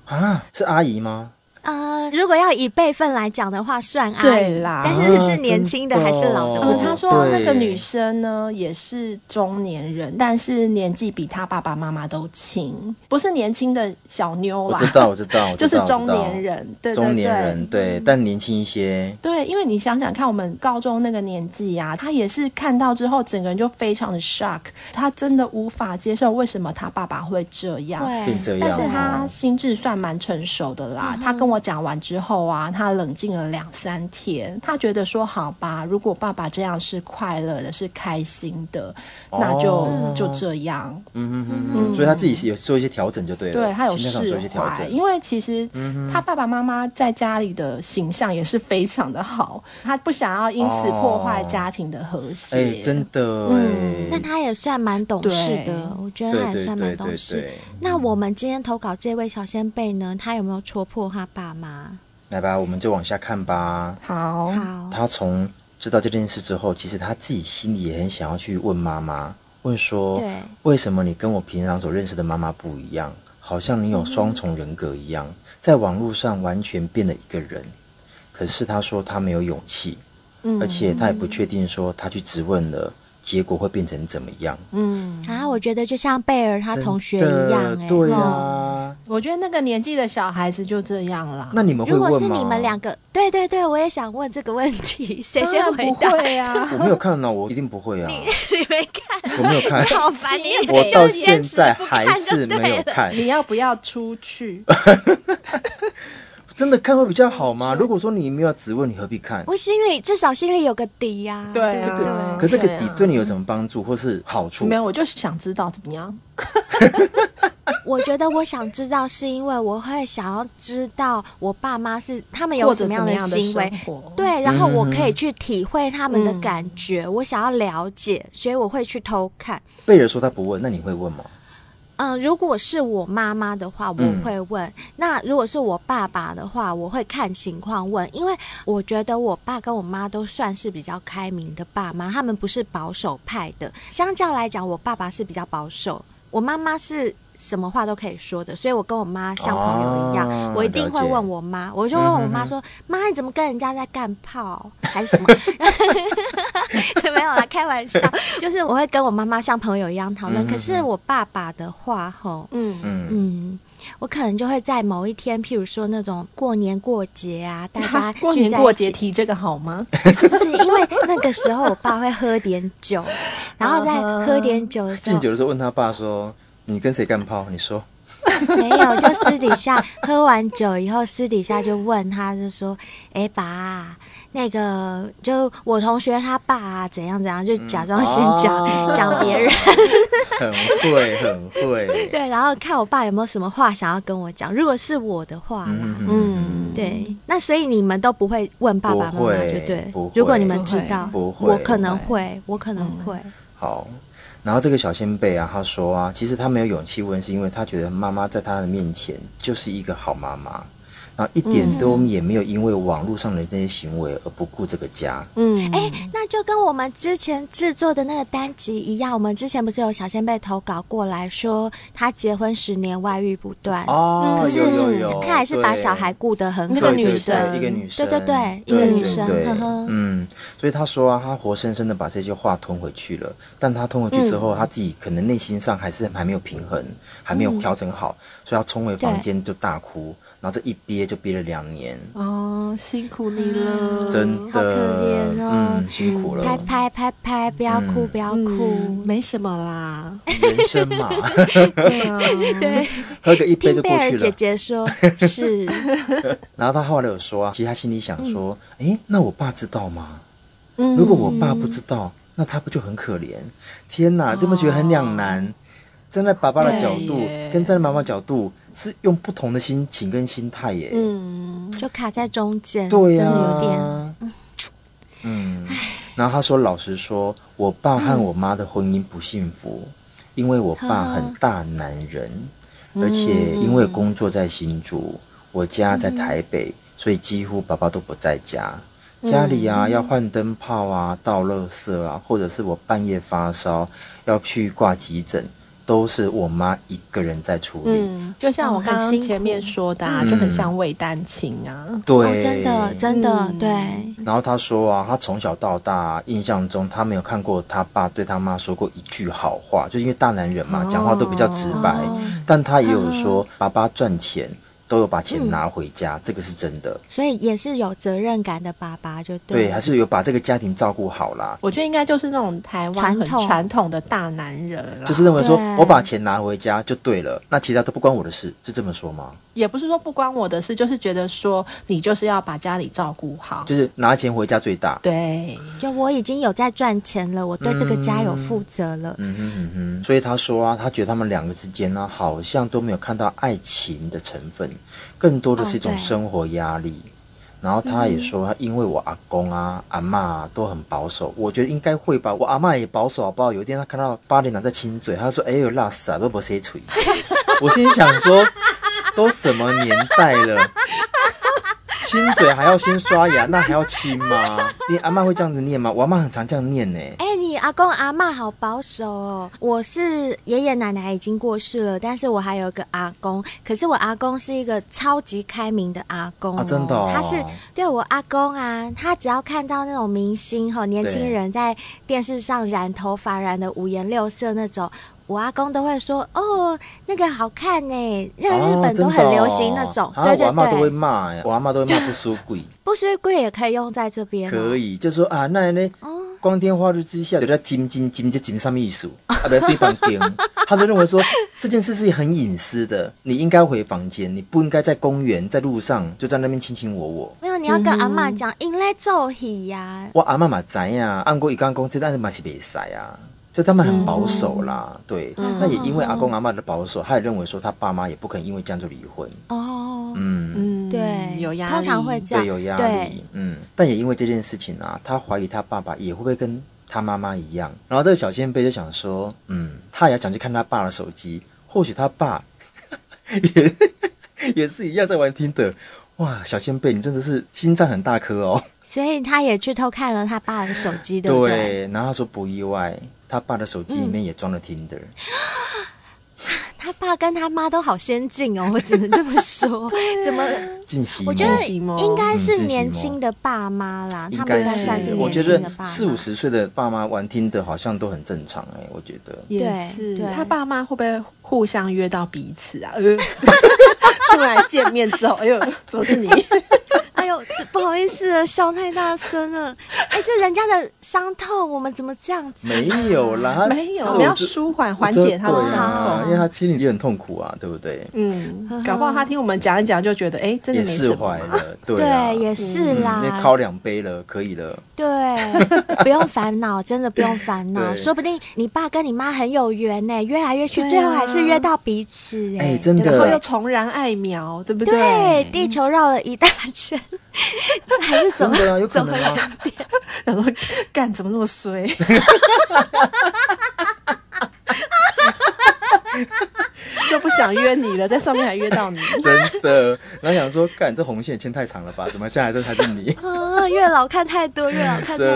[SPEAKER 4] 啊，是阿姨吗？
[SPEAKER 3] 呃，如果要以辈分来讲的话，算阿姨
[SPEAKER 2] 对啦嗯
[SPEAKER 3] 但是是
[SPEAKER 4] 啊
[SPEAKER 3] 年轻的
[SPEAKER 4] 真
[SPEAKER 3] 还
[SPEAKER 4] 的
[SPEAKER 3] 是老的？
[SPEAKER 4] 哦
[SPEAKER 3] 我
[SPEAKER 2] 呃，
[SPEAKER 3] 知
[SPEAKER 2] 他
[SPEAKER 3] 道
[SPEAKER 2] 说
[SPEAKER 4] 对
[SPEAKER 2] 那个女生呢也是中年人，但是年纪比他爸爸妈妈都轻，不是年轻的小妞
[SPEAKER 4] 我
[SPEAKER 2] 啦
[SPEAKER 4] 知，道，我知 道，我知道
[SPEAKER 2] 就是
[SPEAKER 4] 我知
[SPEAKER 2] 中
[SPEAKER 4] 道
[SPEAKER 2] 年人，对对
[SPEAKER 4] 中年
[SPEAKER 2] 对
[SPEAKER 4] 人，对，
[SPEAKER 3] 嗯
[SPEAKER 4] 但年轻一些，
[SPEAKER 2] 对，因为你想想看，我们高中那个年纪呀、他也是看到之后，整个人就非常的 shock，他真的无法接受为什么他爸爸会这样。
[SPEAKER 4] 变
[SPEAKER 3] 对，
[SPEAKER 4] 这样
[SPEAKER 2] 但
[SPEAKER 4] 哦。嗯
[SPEAKER 2] 是他心智算蛮成熟的啦。他跟我讲完之后啊，他冷静了两三天，他觉得说好吧，如果爸爸这样是快乐的，是开心的，那就、就这样。
[SPEAKER 4] 哦嗯嗯嗯，所以他自己是有做一些调整就对了，
[SPEAKER 2] 对他有
[SPEAKER 4] 心态上
[SPEAKER 2] 释
[SPEAKER 4] 做一些调
[SPEAKER 2] 怀，
[SPEAKER 4] 整，嗯
[SPEAKER 2] 因为其实他爸爸妈妈在家里的形象也是非常的好，他不想要因此破坏家庭的和谐。
[SPEAKER 4] 哎，真的哎，
[SPEAKER 3] 那他也算蛮懂事的，我觉得嗯他
[SPEAKER 4] 对
[SPEAKER 3] 也
[SPEAKER 4] 对
[SPEAKER 3] 算
[SPEAKER 4] 对
[SPEAKER 3] 蛮
[SPEAKER 4] 对
[SPEAKER 3] 懂事。
[SPEAKER 4] 对，
[SPEAKER 3] 那我们今天投稿这位小先辈呢，他有没有戳破他爸妈？
[SPEAKER 4] 来吧，我们就往下看吧。
[SPEAKER 2] 好，
[SPEAKER 3] 好，
[SPEAKER 4] 他从知道这件事之后，其实他自己心里也很想要去问妈妈，问说
[SPEAKER 3] 对，
[SPEAKER 4] 为什么你跟我平常所认识的妈妈不一样？好像你有
[SPEAKER 3] 嗯
[SPEAKER 4] 双重人格一样，在网络上完全变了一个人。可是他说他没有勇气，
[SPEAKER 3] 嗯
[SPEAKER 4] 而且他也不确定说他去质问了，结果会变成怎么样？
[SPEAKER 2] 嗯，
[SPEAKER 3] 啊，我觉得就像贝尔他同学
[SPEAKER 4] 真的
[SPEAKER 3] 一样、哎，
[SPEAKER 4] 对
[SPEAKER 3] 嗯
[SPEAKER 4] 啊，
[SPEAKER 2] 我觉得那个年纪的小孩子就这样啦。
[SPEAKER 4] 那你们会
[SPEAKER 3] 如
[SPEAKER 4] 问
[SPEAKER 3] 果
[SPEAKER 4] 吗？，
[SPEAKER 3] 是你们两个，对对对，我也想问这个问题，谁
[SPEAKER 2] 当
[SPEAKER 3] 先
[SPEAKER 2] 然
[SPEAKER 3] 回答？
[SPEAKER 2] 不会啊
[SPEAKER 4] 我没有看呢、我一定不会啊，
[SPEAKER 3] 你没看，
[SPEAKER 4] 我没有看，
[SPEAKER 3] 好烦，你也
[SPEAKER 4] 我
[SPEAKER 3] 就
[SPEAKER 4] 到
[SPEAKER 3] 是坚
[SPEAKER 4] 现
[SPEAKER 3] 持
[SPEAKER 4] 在
[SPEAKER 3] 不
[SPEAKER 4] 还
[SPEAKER 3] 看就是
[SPEAKER 4] 没
[SPEAKER 3] 对
[SPEAKER 4] 有
[SPEAKER 3] 了
[SPEAKER 4] 看，
[SPEAKER 2] 你要不要出 去？
[SPEAKER 4] 啊真的看会比较好吗？如果说你没有质问，你何必看？
[SPEAKER 3] 我心里至少心里有个底呀、
[SPEAKER 2] 对
[SPEAKER 3] 不
[SPEAKER 2] 啊
[SPEAKER 3] 对
[SPEAKER 4] 可
[SPEAKER 2] 这
[SPEAKER 4] 这个
[SPEAKER 2] 对啊
[SPEAKER 4] 底对你有什么帮助或是好处
[SPEAKER 2] 没？有，我就是想知道怎么样。
[SPEAKER 3] 我觉得我想知道，是因为我会想要知道我爸妈是他们有
[SPEAKER 2] 过
[SPEAKER 3] 什
[SPEAKER 2] 着
[SPEAKER 3] 么
[SPEAKER 2] 怎
[SPEAKER 3] 样
[SPEAKER 2] 么
[SPEAKER 3] 的
[SPEAKER 2] 样的
[SPEAKER 3] 行为
[SPEAKER 2] 生，活？嗯
[SPEAKER 3] 对，然后我
[SPEAKER 4] 嗯
[SPEAKER 3] 可以去体会他们的感觉，我想要了解，所以我会去偷看。
[SPEAKER 4] 贝尔说他不问，那你会问吗？
[SPEAKER 3] 嗯，如果是我妈妈的话，我
[SPEAKER 4] 嗯
[SPEAKER 3] 会问；那如果是我爸爸的话，我会看情况问，因为我觉得我爸跟我妈都算是比较开明的爸妈，他们不是保守派的。相较来讲，我爸爸是比较保守，我妈妈是什么话都可以说的，所以我跟我妈像朋友一样，
[SPEAKER 4] 啊
[SPEAKER 3] 我一定会
[SPEAKER 4] 了解
[SPEAKER 3] 问我妈，我
[SPEAKER 2] 嗯
[SPEAKER 3] 就问我妈说：“妈，你怎么跟人家在干炮 还是什么？” 没有啦，开玩笑，就是我会跟我妈妈像朋友一样讨论。
[SPEAKER 4] 嗯
[SPEAKER 3] 可是我爸爸的话，吼，
[SPEAKER 2] 嗯，
[SPEAKER 4] 嗯，
[SPEAKER 3] 嗯，我可能就会在某一天，譬如说那种过年过节 啊，大家
[SPEAKER 2] 过
[SPEAKER 3] 聚
[SPEAKER 2] 年
[SPEAKER 3] 在
[SPEAKER 2] 过
[SPEAKER 3] 一起
[SPEAKER 2] 节提这个好吗？
[SPEAKER 3] 是不是？因为那个时候我爸会喝点 酒，然后在喝
[SPEAKER 2] 啊
[SPEAKER 3] 点酒的时
[SPEAKER 4] 敬
[SPEAKER 3] 候
[SPEAKER 4] 酒，的时候问他爸说：“你跟谁干炮？”你说
[SPEAKER 3] 没有，就私底下喝完酒以后，私底下就问他，就说：“哎、爸，那个就我同学他爸、啊、怎样怎样，就假装先讲、
[SPEAKER 4] 哦
[SPEAKER 3] 讲别人，
[SPEAKER 4] 很会，很会。
[SPEAKER 3] 对，然后看我爸有没有什么话想要跟我讲。如果是我的话啦，
[SPEAKER 4] 嗯，嗯
[SPEAKER 2] 嗯，
[SPEAKER 3] 对，那所以你们都不会问爸爸妈
[SPEAKER 4] 不
[SPEAKER 3] 妈，
[SPEAKER 4] 会
[SPEAKER 3] 就对
[SPEAKER 4] 不会。
[SPEAKER 3] 如果你们知道，
[SPEAKER 4] 不会
[SPEAKER 3] 我可能
[SPEAKER 4] 不
[SPEAKER 3] 会，我可能会。
[SPEAKER 4] 好。然后这个小先辈啊，他说啊，其实他没有勇气问，是因为他觉得妈妈在他的面前就是一个好妈妈，然后一点都也没有因为网络上的这些行为而不顾这个家。
[SPEAKER 2] 嗯，
[SPEAKER 3] 哎、那就跟我们之前制作的那个单集一样，我们之前不是有小先辈投稿过来说他结婚十年外遇不断，
[SPEAKER 4] 哦，
[SPEAKER 3] 嗯可是
[SPEAKER 4] 有有有，
[SPEAKER 3] 他还是把
[SPEAKER 4] 对
[SPEAKER 3] 小孩顾得很
[SPEAKER 2] 那
[SPEAKER 3] 好
[SPEAKER 2] 个。
[SPEAKER 4] 对
[SPEAKER 2] 女
[SPEAKER 4] 对对
[SPEAKER 2] 生
[SPEAKER 4] 一个女生，
[SPEAKER 3] 对对对一个女生
[SPEAKER 4] 对
[SPEAKER 3] 呵呵
[SPEAKER 4] 嗯，所以他说啊，他活生生的把这些话吞回去了，但他吞回去之
[SPEAKER 3] 嗯
[SPEAKER 4] 后，他自己可能内心上还是还没有平衡，还没有调整
[SPEAKER 3] 嗯
[SPEAKER 4] 好，所以他冲回房间就大哭，然后这一憋就憋了两年，
[SPEAKER 2] 哦，辛苦你了，
[SPEAKER 4] 真
[SPEAKER 3] 嗯好
[SPEAKER 4] 的，
[SPEAKER 3] 可怜哦
[SPEAKER 4] 嗯，辛苦
[SPEAKER 3] 拍
[SPEAKER 4] 了，
[SPEAKER 3] 拍拍拍，不要哭，
[SPEAKER 4] 嗯
[SPEAKER 3] 不要
[SPEAKER 2] 嗯
[SPEAKER 3] 哭。
[SPEAKER 2] 没什么啦。
[SPEAKER 4] 人生嘛，
[SPEAKER 2] 对啊，
[SPEAKER 3] 对，
[SPEAKER 4] 喝个一杯
[SPEAKER 3] 听
[SPEAKER 4] 就
[SPEAKER 3] 贝
[SPEAKER 4] 过
[SPEAKER 3] 尔
[SPEAKER 4] 去
[SPEAKER 3] 姐
[SPEAKER 4] 了。
[SPEAKER 3] 姐说，是，
[SPEAKER 4] 然后他后来有说啊，其实他心里想说，
[SPEAKER 3] 嗯
[SPEAKER 4] 诶，那我爸知道吗？
[SPEAKER 2] 嗯
[SPEAKER 4] 如果我爸不知道，那他不就很可怜？天
[SPEAKER 3] 哦
[SPEAKER 4] 哪，这么觉得很两难。站在爸爸的角度
[SPEAKER 2] 对耶
[SPEAKER 4] 跟站在妈妈角度是用不同的心情跟心态耶。
[SPEAKER 2] 嗯，
[SPEAKER 3] 就卡在中间，
[SPEAKER 4] 对
[SPEAKER 3] 真
[SPEAKER 4] 呀、
[SPEAKER 3] 的有点。
[SPEAKER 4] 嗯。然后他说：“老实说，我爸和我妈的婚姻不幸福，因为我爸很大男人，而且因为工作在新竹，我家在台北，所以几乎爸爸都不在家。家里啊，要换灯泡啊，倒垃圾啊，或者是我半夜发烧要去挂急诊，都是我妈一个人在处理。
[SPEAKER 2] 嗯，就像我刚刚前面说的、啊，
[SPEAKER 4] 嗯
[SPEAKER 2] 就很像魏丹青啊。
[SPEAKER 4] 对、
[SPEAKER 3] 哦，真的，真的，
[SPEAKER 2] 嗯
[SPEAKER 3] 对，
[SPEAKER 4] 然后他说啊，他从小到大印象中，他没有看过他爸对他妈说过一句好话，就因为大男人嘛，
[SPEAKER 2] 哦
[SPEAKER 4] 讲话都比较直白。
[SPEAKER 3] 哦
[SPEAKER 4] 但他也有说，爸爸赚钱都有把钱拿回家，这个是真的。
[SPEAKER 3] 所以也是有责任感的爸爸，就
[SPEAKER 4] 对，
[SPEAKER 3] 了
[SPEAKER 4] 还是有把这个家庭照顾好啦。
[SPEAKER 2] 我觉得应该就是那种台湾很
[SPEAKER 3] 传统
[SPEAKER 2] 传统的大男人啦，
[SPEAKER 4] 就是认为说
[SPEAKER 3] 对
[SPEAKER 4] 我把钱拿回家就对了，那其他都不关我的事，是这么说吗？
[SPEAKER 2] 也不是说不关我的事，就是觉得说你就是要把家里照顾好。
[SPEAKER 4] 就是拿钱回家最大。
[SPEAKER 2] 对，
[SPEAKER 3] 就我已经有在赚钱了，我对这个家有负责了。
[SPEAKER 4] 嗯哼嗯哼，所以他说啊，他觉得他们两个之间呢、好像都没有看到爱情的成分，更多的是一
[SPEAKER 3] 哦
[SPEAKER 4] 种
[SPEAKER 3] 对
[SPEAKER 4] 生活压力。然后他也说，他因为我阿公啊、阿嬷啊都很保守，我觉得应该会吧。我阿嬷也保守，好不好？有一天他看到八零男在亲嘴，他说：“哎呦，辣死啊，都不谁 吹。”我心想说，都什么年代了，亲嘴还要先刷牙，那还要亲吗？你阿嬷会这样子念吗？我阿嬷很常这样念呢、
[SPEAKER 3] 哎、你阿公阿嬷好保守哦！我是爷爷奶奶已经过世了，但是我还有一个阿公，可是我阿公是一个超级开明的阿公、哦
[SPEAKER 4] 啊真的哦
[SPEAKER 3] 他是对我阿公啊，他只要看到那种明星哈、年轻人在电视上染头发染的五颜六色那种，我阿公都会说哦，那个好看呢，那个日
[SPEAKER 4] 哦
[SPEAKER 3] 本
[SPEAKER 4] 真
[SPEAKER 3] 都
[SPEAKER 4] 的
[SPEAKER 3] 很
[SPEAKER 4] 哦
[SPEAKER 3] 流行那种，
[SPEAKER 4] 啊
[SPEAKER 3] 对
[SPEAKER 4] 我
[SPEAKER 3] 对
[SPEAKER 4] 阿妈都会
[SPEAKER 3] 对，
[SPEAKER 4] 骂、欸，我阿妈都会骂不输 鬼，
[SPEAKER 3] 不是贵也可以用在这边、哦，
[SPEAKER 4] 可以，就说啊，那那
[SPEAKER 3] 哦
[SPEAKER 4] 光天化日之下，有在金金金这金上面一数，啊，不要对房 间，他就认为说这件事是很隐私的，你应该回房间，你不应该在公园、在路上就在那边卿卿我我。
[SPEAKER 3] 没有，你要跟阿嬷讲，应该做戏呀。
[SPEAKER 4] 我阿妈嘛知呀、按过一干公这但是嘛是没塞呀，就他们很保守啦，
[SPEAKER 3] 嗯
[SPEAKER 4] 对。那也因为阿公阿妈的保守，他也认为说他爸妈也不可能因为这样就离婚，
[SPEAKER 3] 哦，
[SPEAKER 4] 嗯
[SPEAKER 2] 嗯，
[SPEAKER 3] 对，
[SPEAKER 2] 有压力，
[SPEAKER 3] 通常会这样，
[SPEAKER 4] 对，有压
[SPEAKER 3] 对
[SPEAKER 4] 力，嗯，但也因为这件事情啊，他怀疑他爸爸也会不会跟他妈妈一样。然后这个小先辈就想说，嗯，他也想去看他爸的手机，或许他爸 也 也是一样在玩听的。哇，小先辈，你真的是心脏很大颗哦。
[SPEAKER 3] 所以他也去偷看了他爸的手 机，对不对？
[SPEAKER 4] 然后他说不意外，他爸的手机里面也
[SPEAKER 3] 嗯
[SPEAKER 4] 装了听的、
[SPEAKER 3] 他爸跟他妈都好先进哦，我只能这么 说。怎么？
[SPEAKER 4] 进行。
[SPEAKER 3] 我觉得
[SPEAKER 2] 寂寞
[SPEAKER 3] 应该是
[SPEAKER 4] 嗯
[SPEAKER 3] 年轻的爸妈啦，
[SPEAKER 4] 应
[SPEAKER 3] 他们
[SPEAKER 4] 该
[SPEAKER 3] 应该算
[SPEAKER 4] 是，我
[SPEAKER 3] 年
[SPEAKER 4] 觉
[SPEAKER 3] 轻
[SPEAKER 4] 得
[SPEAKER 3] 的爸妈。
[SPEAKER 4] 四五十岁的爸妈玩听的，好像都很正常哎、我觉得。
[SPEAKER 2] 也
[SPEAKER 3] 对
[SPEAKER 2] 是
[SPEAKER 3] 对，
[SPEAKER 2] 他爸妈会不会互相约到彼此啊？呃， 出来见面之后，哎呦，怎么是你？
[SPEAKER 3] 哎呦，不好意思了，笑太大声了。哎，这人家的伤痛，我们怎么这样子？
[SPEAKER 4] 没 有啦，
[SPEAKER 2] 没有，
[SPEAKER 4] 这
[SPEAKER 2] 我
[SPEAKER 4] 我
[SPEAKER 2] 们要
[SPEAKER 4] 就
[SPEAKER 2] 舒缓缓解他的
[SPEAKER 4] 对
[SPEAKER 2] 伤
[SPEAKER 4] 啊
[SPEAKER 2] 痛。
[SPEAKER 4] 因为他心里也很痛苦啊，对不对？
[SPEAKER 2] 嗯，搞不好他听我们讲一讲就觉得，哎，真的
[SPEAKER 4] 也
[SPEAKER 2] 没什
[SPEAKER 4] 释
[SPEAKER 2] 么
[SPEAKER 4] 怀
[SPEAKER 2] 嘛。
[SPEAKER 4] 了，对啊
[SPEAKER 3] 对，也是啦。
[SPEAKER 4] 嗯也烤两杯了，可以了，
[SPEAKER 3] 对，不用烦恼，真的不用烦恼。
[SPEAKER 4] 对
[SPEAKER 3] 说不定你爸跟你妈很有缘呢，约来约去，
[SPEAKER 2] 对啊
[SPEAKER 3] 最后还是约到彼此。
[SPEAKER 4] 哎，真
[SPEAKER 2] 然后又
[SPEAKER 4] 的，
[SPEAKER 2] 重燃爱苗，对不
[SPEAKER 3] 对，地球绕了一大 圈，还是走
[SPEAKER 4] 真的啊，有可能
[SPEAKER 3] 走
[SPEAKER 4] 啊，
[SPEAKER 2] 然后干怎么那么衰？ 就不想约你了，在上面还约到你，
[SPEAKER 4] 真的。然后想说，干这红线牵太长了吧？怎么现在这还是你？
[SPEAKER 3] 啊，月老看太多，月老看太多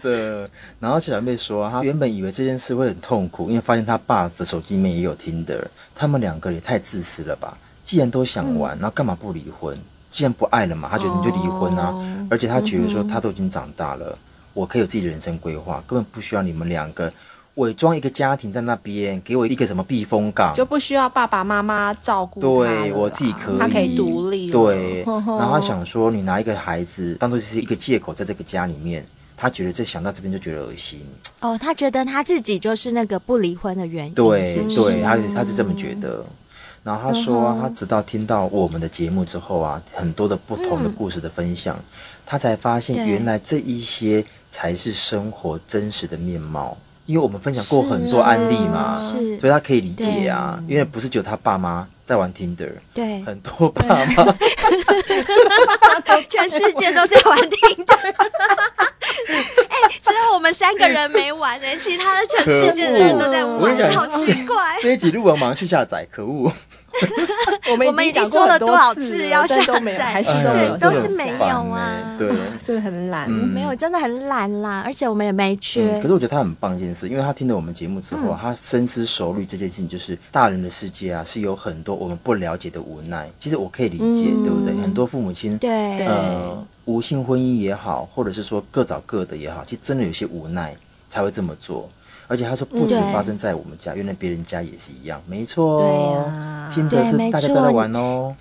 [SPEAKER 4] 真。的。然后小妹说啊，她原本以为这件事会很痛苦，因为发现她爸的手机里面也有听的，他们两个也太自私了吧？既然都想
[SPEAKER 2] 嗯
[SPEAKER 4] 玩，那干嘛不离婚？既然不爱了嘛，她觉得你就离婚啊。
[SPEAKER 2] 哦
[SPEAKER 4] 而且她觉得说，她都已经长大了，我可以有自己的人生规划，根本不需要你们两个伪装一个家庭在那边，给我一个什么避风港。
[SPEAKER 2] 就不需要爸爸妈妈照顾他了啦
[SPEAKER 4] 对我自己可以，
[SPEAKER 2] 他可以独立了，
[SPEAKER 4] 对，
[SPEAKER 2] 呵呵
[SPEAKER 4] 然后他想说，你拿一个孩子当做是一个借口，在这个家里面，他觉得这想到这边就觉得恶心。
[SPEAKER 3] 哦，他觉得他自己就是那个不离婚的原因。
[SPEAKER 4] 对
[SPEAKER 3] 是不是
[SPEAKER 4] 对，他啊是他是这么觉得。然后他说、
[SPEAKER 3] 嗯
[SPEAKER 4] 啊，他直到听到我们的节目之后啊，很多的不同的故事的分享，他才发现
[SPEAKER 3] 嗯对
[SPEAKER 4] 原来这一些才是生活真实的面貌。因为我们分享过很多案例嘛，
[SPEAKER 3] 是
[SPEAKER 4] 所以他可以理解啊。因为不是只有他爸妈在玩 Tinder，
[SPEAKER 3] 对，
[SPEAKER 4] 很多爸妈
[SPEAKER 3] 哦全世界都在玩听的。 哎，只有我们三个人没玩哎，其他的全 世界的人都在
[SPEAKER 4] 我跟你
[SPEAKER 3] 玩，
[SPEAKER 4] 讲
[SPEAKER 3] 好奇怪。
[SPEAKER 4] 这一集录完马上去下载，可恶！
[SPEAKER 2] 我们
[SPEAKER 3] 我们
[SPEAKER 2] 已
[SPEAKER 3] 已经
[SPEAKER 2] 经讲
[SPEAKER 3] 说
[SPEAKER 2] 过
[SPEAKER 3] 了
[SPEAKER 2] 很
[SPEAKER 3] 多少
[SPEAKER 2] 次
[SPEAKER 3] 次
[SPEAKER 2] 了
[SPEAKER 3] 要
[SPEAKER 2] 但
[SPEAKER 3] 下
[SPEAKER 2] 都没有，
[SPEAKER 3] 载
[SPEAKER 2] 还是都没有，
[SPEAKER 3] 都
[SPEAKER 4] 哎真的
[SPEAKER 3] 是
[SPEAKER 4] 很
[SPEAKER 3] 没有
[SPEAKER 4] 烦
[SPEAKER 3] 啊
[SPEAKER 4] 欸对，
[SPEAKER 2] 真的很懒。
[SPEAKER 4] 嗯
[SPEAKER 3] 没有，真的很懒啦，而且我们也没缺。
[SPEAKER 4] 嗯，可是我觉得他很棒一件事，因为他听了我们节目之后
[SPEAKER 3] 嗯
[SPEAKER 4] 啊，他深思熟虑这件事情，就是大人的世界啊，是有很多我们不了解的无奈。其实我可以理解，对不对？很多父母亲
[SPEAKER 3] 嗯对
[SPEAKER 4] 呃无性婚姻也好，或者是说各找各的也好，其实真的有些无奈才会这么做。而且他说，不止
[SPEAKER 3] 对
[SPEAKER 4] 发生在我们家，原来别人家也是一样，没错
[SPEAKER 2] 对
[SPEAKER 4] 哦
[SPEAKER 2] 啊。
[SPEAKER 4] 听的是
[SPEAKER 3] 对没
[SPEAKER 4] 大家都
[SPEAKER 3] 错
[SPEAKER 4] 在玩哦，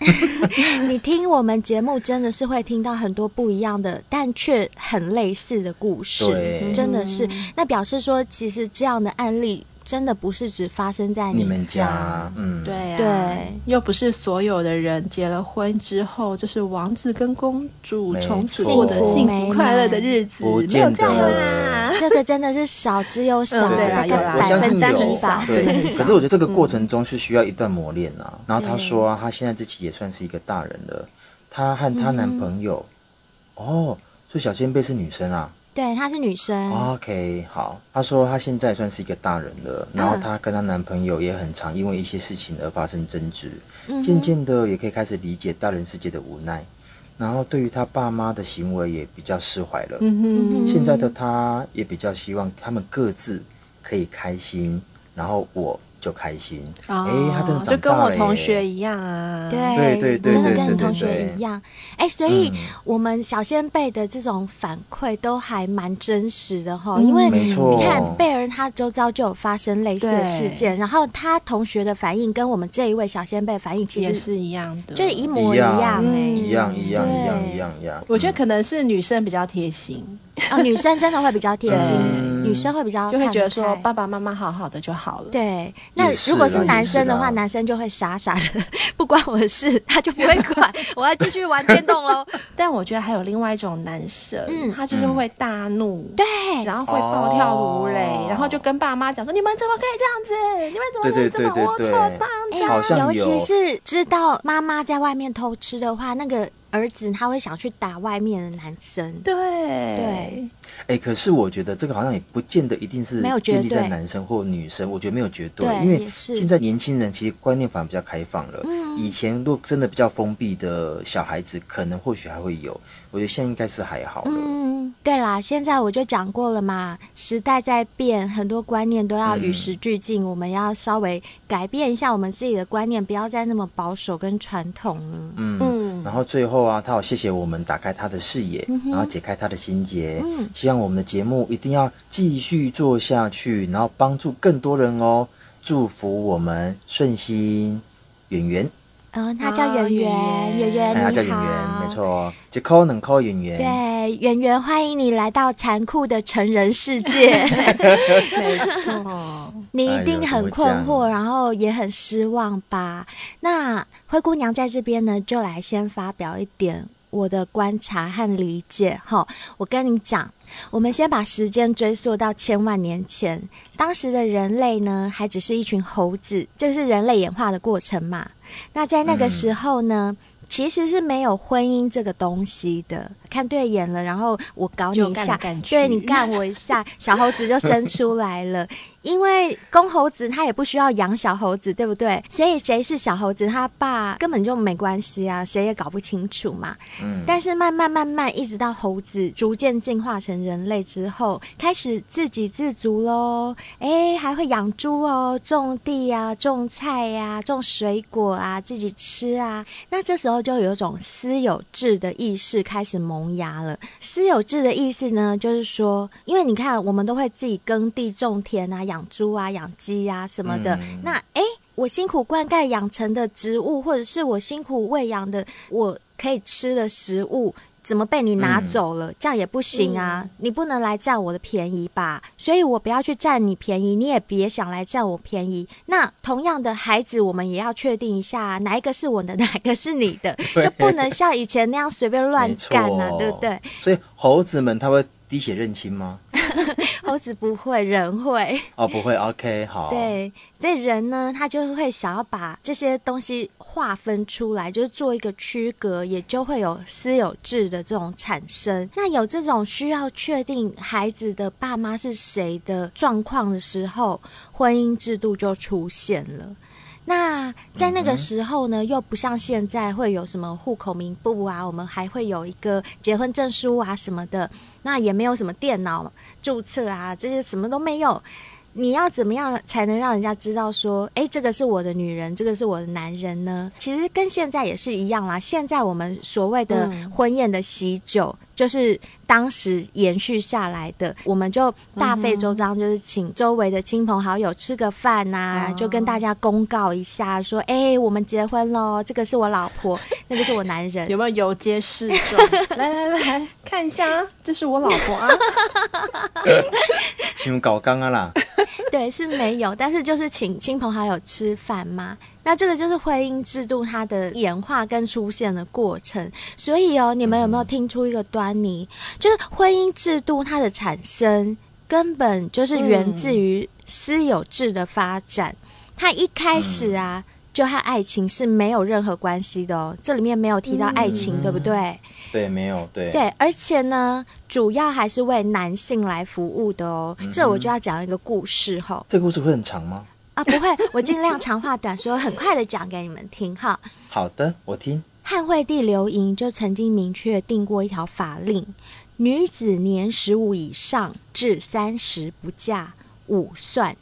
[SPEAKER 3] 你听我们节目，真的是会听到很多不一样的，但却很类似的故事
[SPEAKER 4] 对，
[SPEAKER 3] 真的是。那表示说，其实这样的案例真的不是只发生在
[SPEAKER 4] 你
[SPEAKER 3] 们
[SPEAKER 4] 们家，嗯，
[SPEAKER 2] 对啊，
[SPEAKER 3] 对
[SPEAKER 2] 又不是所有的人结了婚之后就是王子跟公主
[SPEAKER 4] 没
[SPEAKER 2] 从此
[SPEAKER 4] 错
[SPEAKER 2] 过得幸
[SPEAKER 3] 幸
[SPEAKER 2] 福
[SPEAKER 3] 福
[SPEAKER 2] 快乐的日子，
[SPEAKER 4] 不
[SPEAKER 2] 没有
[SPEAKER 4] 见
[SPEAKER 2] 这样的啦。
[SPEAKER 4] 得。
[SPEAKER 3] 这个真的是少之又少，
[SPEAKER 2] 嗯对啦
[SPEAKER 3] 大
[SPEAKER 2] 有啦
[SPEAKER 3] 概
[SPEAKER 4] 我
[SPEAKER 3] 百
[SPEAKER 4] 相
[SPEAKER 3] 分
[SPEAKER 4] 信
[SPEAKER 3] 之
[SPEAKER 4] 有
[SPEAKER 3] 一吧。
[SPEAKER 2] 真的
[SPEAKER 4] 对
[SPEAKER 2] 很少。
[SPEAKER 4] 可是我觉得这个过程中是需要一段磨练啊。然后她说、啊，她现在自己也算是一个大人了，她和她
[SPEAKER 2] 嗯
[SPEAKER 4] 男朋友，哦，所以小仙贝是女生啊。
[SPEAKER 3] 对，她是女
[SPEAKER 2] 嗯
[SPEAKER 3] 生，
[SPEAKER 4] 哦 OK，好。她说她现在算是一个大人了，然后
[SPEAKER 2] 嗯
[SPEAKER 4] 她跟她男朋友也很常因为一些事情而发生争执，
[SPEAKER 2] 嗯
[SPEAKER 3] 嗯
[SPEAKER 4] 渐渐的也可以开始理解大人世界的无奈，然后对于她爸妈的行为也比较释怀了。
[SPEAKER 2] 嗯
[SPEAKER 4] 现在的他也比较希望他们各自可以开心，然后我就就开心。哎、
[SPEAKER 2] 哦
[SPEAKER 4] 他真的长大了耶
[SPEAKER 2] 就跟我同学一样啊。
[SPEAKER 3] 对
[SPEAKER 4] 对对
[SPEAKER 3] 真的
[SPEAKER 4] 对
[SPEAKER 3] 跟
[SPEAKER 4] 对
[SPEAKER 3] 你同
[SPEAKER 4] 对
[SPEAKER 3] 学
[SPEAKER 4] 对
[SPEAKER 3] 一样。哎，所以
[SPEAKER 4] 嗯
[SPEAKER 3] 我们小先辈的这种反馈都还蛮真实的哈，
[SPEAKER 2] 嗯
[SPEAKER 3] 因为
[SPEAKER 4] 没错
[SPEAKER 3] 你看贝尔他周遭就有发生类似的事件，然后他同学的反应跟我们这一位小先辈的反应其
[SPEAKER 2] 也
[SPEAKER 3] 实
[SPEAKER 2] 是嗯一样的，
[SPEAKER 3] 就是一模一
[SPEAKER 4] 样
[SPEAKER 3] 样
[SPEAKER 4] 一
[SPEAKER 3] 哎。
[SPEAKER 4] 样一样一样
[SPEAKER 3] 对
[SPEAKER 4] 一样一嗯样。
[SPEAKER 5] 我觉得可能是女生比较贴心，
[SPEAKER 3] 啊，女生真的会比较贴心，
[SPEAKER 4] 嗯
[SPEAKER 3] 女生会比较
[SPEAKER 2] 就会觉哦得
[SPEAKER 3] 看
[SPEAKER 2] 说
[SPEAKER 3] 得开
[SPEAKER 2] 爸爸妈妈好好的就好了。
[SPEAKER 3] 对，那
[SPEAKER 4] 也是
[SPEAKER 3] 如果
[SPEAKER 4] 啦
[SPEAKER 3] 是男生的
[SPEAKER 4] 也
[SPEAKER 3] 话，
[SPEAKER 4] 是啦
[SPEAKER 3] 男生就会傻傻的， 不关我的事，他就不会 管，我要继续玩电动喽。
[SPEAKER 2] 但我觉得还有另外一种男生，
[SPEAKER 3] 嗯
[SPEAKER 2] 他就是会大怒，
[SPEAKER 3] 对，
[SPEAKER 2] 然后会暴跳如雷，
[SPEAKER 4] 哦
[SPEAKER 2] 然后就跟爸妈讲说：“你们怎么可以这样子？你们怎么可
[SPEAKER 4] 对
[SPEAKER 2] 以
[SPEAKER 4] 对
[SPEAKER 2] 这么
[SPEAKER 4] 对
[SPEAKER 2] 龌
[SPEAKER 4] 对
[SPEAKER 2] 龊
[SPEAKER 4] 对
[SPEAKER 2] 放
[SPEAKER 3] 哎
[SPEAKER 4] 好像
[SPEAKER 3] 尤
[SPEAKER 4] 有
[SPEAKER 3] 其是知道妈妈在外面偷吃的话，那个儿子他会想去打外面的男生。
[SPEAKER 2] 对
[SPEAKER 3] 对，
[SPEAKER 4] 哎、可是我觉得这个好像也不见得一定是
[SPEAKER 3] 没有绝
[SPEAKER 4] 建立在
[SPEAKER 3] 对
[SPEAKER 4] 男生或女生，我觉得没有绝对，
[SPEAKER 3] 对
[SPEAKER 4] 因为
[SPEAKER 3] 也是
[SPEAKER 4] 现在年轻人其实观念反而比较开放了。
[SPEAKER 3] 嗯
[SPEAKER 4] 以前如果真的比较封闭的小孩子，可能或许还会有，我觉得现在应该是还好了。
[SPEAKER 3] 嗯，对啦，现在我就讲过了嘛，时代在变，很多观念都要与
[SPEAKER 4] 嗯
[SPEAKER 3] 时俱进，我们要稍微改变一下我们自己的观念，不要再那么保守跟传统了。
[SPEAKER 4] 嗯
[SPEAKER 2] 嗯
[SPEAKER 4] 然后最后啊，他好谢谢我们打开他的视野，然后解开他的心结。
[SPEAKER 3] 嗯
[SPEAKER 4] 希望我们的节目一定要继续做下去，然后帮助更多人哦。祝福我们顺心圆圆，
[SPEAKER 3] 嗯、他叫
[SPEAKER 2] 啊
[SPEAKER 3] 圆圆，
[SPEAKER 2] 圆
[SPEAKER 3] 圆
[SPEAKER 2] 圆
[SPEAKER 3] 圆
[SPEAKER 4] 哎，他叫
[SPEAKER 3] 你
[SPEAKER 4] 圆圆，
[SPEAKER 3] 好，
[SPEAKER 4] 没错哦，就 call 能 call 圆圆。
[SPEAKER 3] 对，圆圆，欢迎你来到残酷的成人世界。
[SPEAKER 2] 没错，
[SPEAKER 3] 你一定很困
[SPEAKER 4] 哎呦怎么
[SPEAKER 3] 惑，
[SPEAKER 4] 讲
[SPEAKER 3] 然后也很失望吧？那灰姑娘在这边呢，就来先发表一点我的观察和理解。哈，我跟你讲，我们先把时间追溯到千万年前，当时的人类呢，还只是一群猴子，这是人类演化的过程嘛？那在那
[SPEAKER 4] 嗯
[SPEAKER 3] 个时候呢？其实是没有婚姻这个东西的，看对眼了，然后我搞你
[SPEAKER 2] 就
[SPEAKER 3] 一
[SPEAKER 2] 干
[SPEAKER 3] 下
[SPEAKER 2] 来，干去
[SPEAKER 3] 对你干我一 下，小猴子就生出来了。因为公猴子它也不需要养小猴子，对不对？所以谁是小猴子，他爸根本就没关系啊，谁也搞不清楚嘛。
[SPEAKER 4] 嗯，
[SPEAKER 3] 但是慢慢慢慢，一直到猴子逐渐进化成人类之后，开始自给自足喽。哎，还会养猪哦，种地啊，种菜呀、种水果啊，自己吃啊。那这时候就有一种私有制的意识开始萌芽了。私有制的意思呢，就是说，因为你看，我们都会自己耕地、种田啊，养猪啊，养鸡啊什么的。
[SPEAKER 4] 嗯
[SPEAKER 3] 那哎，诶我辛苦灌溉养成的植物，或者是我辛苦喂养的我可以吃的食物。怎么被你拿走了？这样也不行啊！
[SPEAKER 4] 嗯
[SPEAKER 3] 你不能来占我的便宜吧？所以我不要去占你便宜，你也别想来占我便宜。那同样的孩子，我们也要确定一下啊、哪一个是我的， 哪一个是你的，就不能像以前那样随便乱
[SPEAKER 4] 没错
[SPEAKER 3] 干啊，对不对？？
[SPEAKER 4] 所以猴子们他会滴血认亲吗？
[SPEAKER 3] 猴子不会，人会。
[SPEAKER 4] 哦， 不会，OK，好。，
[SPEAKER 3] 对，所以人呢，他就会想要把这些东西划分出来，就是做一个区隔，也就会有私有制的这种产生。那有这种需要确定孩子的爸妈是谁的状况的时候，婚姻制度就出现了。那在那个时候呢，又不像现在会有什么户口名簿啊，我们还会有一个结婚证书啊什么的，那也没有什么电脑注册啊，这些什么都没有。你要怎么样才能让人家知道说，哎，这个是我的女人，这个是我的男人呢？其实跟现在也是一样啦。现在我们所谓的
[SPEAKER 2] 嗯
[SPEAKER 3] 婚宴的喜酒，就是当时延续下来的，我们就大费周章，就是请周围的亲朋好友吃个饭呐、
[SPEAKER 2] 哦
[SPEAKER 3] 就跟大家公告一下，说，哎，我们结婚喽，这个是我老婆，那个是我男人。
[SPEAKER 2] 有没有游街示 众？来来来，看一下，啊，这是我老婆 啊！
[SPEAKER 4] 请搞刚 啊啦。
[SPEAKER 3] 对，是没有，但是就是请亲朋好友吃饭嘛。那这个就是婚姻制度它的演化跟出现的过程。所以哦，你们有没有听出一个端倪？就是婚姻制度它的产生根本就是源自于私有制的发展。它一开始啊，就和爱情是没有任何关系的哦。这里面没有提到爱情，对不对？
[SPEAKER 4] 对，没有，对，
[SPEAKER 3] 对，而且呢，主要还是为男性来服务的哦。这我就要讲一个故事吼、
[SPEAKER 4] 这个故事会很长吗？
[SPEAKER 3] 啊，不会，我尽量长话短说，很快的讲给你们听哈。
[SPEAKER 4] 好的，我听。
[SPEAKER 3] 汉惠帝刘盈就曾经明确定过一条法令：女子年十五以上至三十不嫁，五算。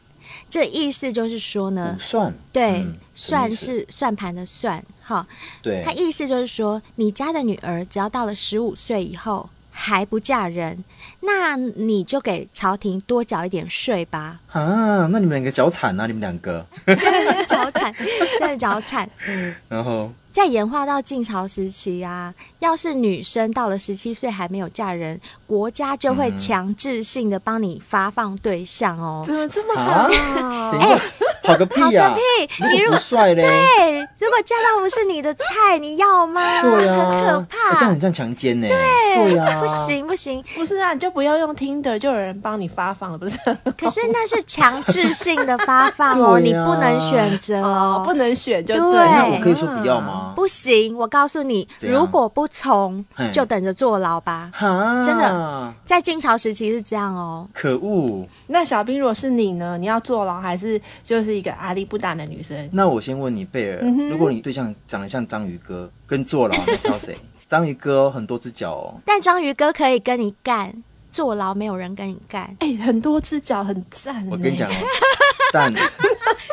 [SPEAKER 3] 这意思就是说呢
[SPEAKER 4] 不，算，
[SPEAKER 3] 对，
[SPEAKER 4] 嗯
[SPEAKER 3] 算
[SPEAKER 4] 什么意思
[SPEAKER 3] 是算盘的算，哈，
[SPEAKER 4] 对
[SPEAKER 3] 他，意思就是说，你家的女儿只要到了十五岁以后还不嫁人，那你就给朝廷多缴一点税吧。
[SPEAKER 4] 啊，那你们两个脚惨啊，你们两个，
[SPEAKER 3] 脚惨， 真的脚惨。
[SPEAKER 4] 然后
[SPEAKER 3] 再演化到晋朝时期啊，要是女生到了十七岁还没有嫁人，国家就
[SPEAKER 4] 嗯
[SPEAKER 3] 会强制性的帮你发放对象哦。
[SPEAKER 2] 怎么这么
[SPEAKER 4] 啊，等一下，好个屁
[SPEAKER 3] 好
[SPEAKER 4] 呀
[SPEAKER 3] 哦个，屁！你
[SPEAKER 4] 如
[SPEAKER 3] 如
[SPEAKER 4] 果
[SPEAKER 3] 果
[SPEAKER 4] 不帅嘞，
[SPEAKER 3] 对，如果嫁到不是你的菜，你要吗？
[SPEAKER 4] 对呀，
[SPEAKER 3] 啊很可
[SPEAKER 4] 哎这样
[SPEAKER 3] 怕。哎
[SPEAKER 4] 很像强奸呢，对啊呀，
[SPEAKER 3] 不行不行，
[SPEAKER 2] 不是啊，你就不要用听的，就有人帮你发放了，不是？
[SPEAKER 3] 可是那是强制性的发放哦，
[SPEAKER 4] 对
[SPEAKER 3] 你
[SPEAKER 4] 呀
[SPEAKER 3] 不能选择
[SPEAKER 2] 哦，不
[SPEAKER 3] 哦，
[SPEAKER 2] 能选就
[SPEAKER 3] 对
[SPEAKER 2] 了
[SPEAKER 4] 哎
[SPEAKER 2] 嗯
[SPEAKER 4] 那我可以说不要？吗？
[SPEAKER 3] 不行。我告诉你，
[SPEAKER 4] 怎样
[SPEAKER 3] 如果不从
[SPEAKER 4] 嘿，
[SPEAKER 3] 就等着坐牢吧。
[SPEAKER 4] 哈，
[SPEAKER 3] 真的，在晋朝时期是这样哦，
[SPEAKER 4] 可恶！
[SPEAKER 2] 那小兵，如果是你呢？你要坐牢还是就是一个阿力不打的女生？
[SPEAKER 4] 那我先问你，贝尔，
[SPEAKER 3] 嗯
[SPEAKER 4] 如果你对象长得像章鱼哥，跟坐牢，你挑 谁？章鱼哥哦很多只脚哦，
[SPEAKER 3] 但章鱼哥可以跟你干，坐牢没有人跟你干。
[SPEAKER 2] 哎、很多只脚很赞、欸
[SPEAKER 4] 我跟你讲，哦， 但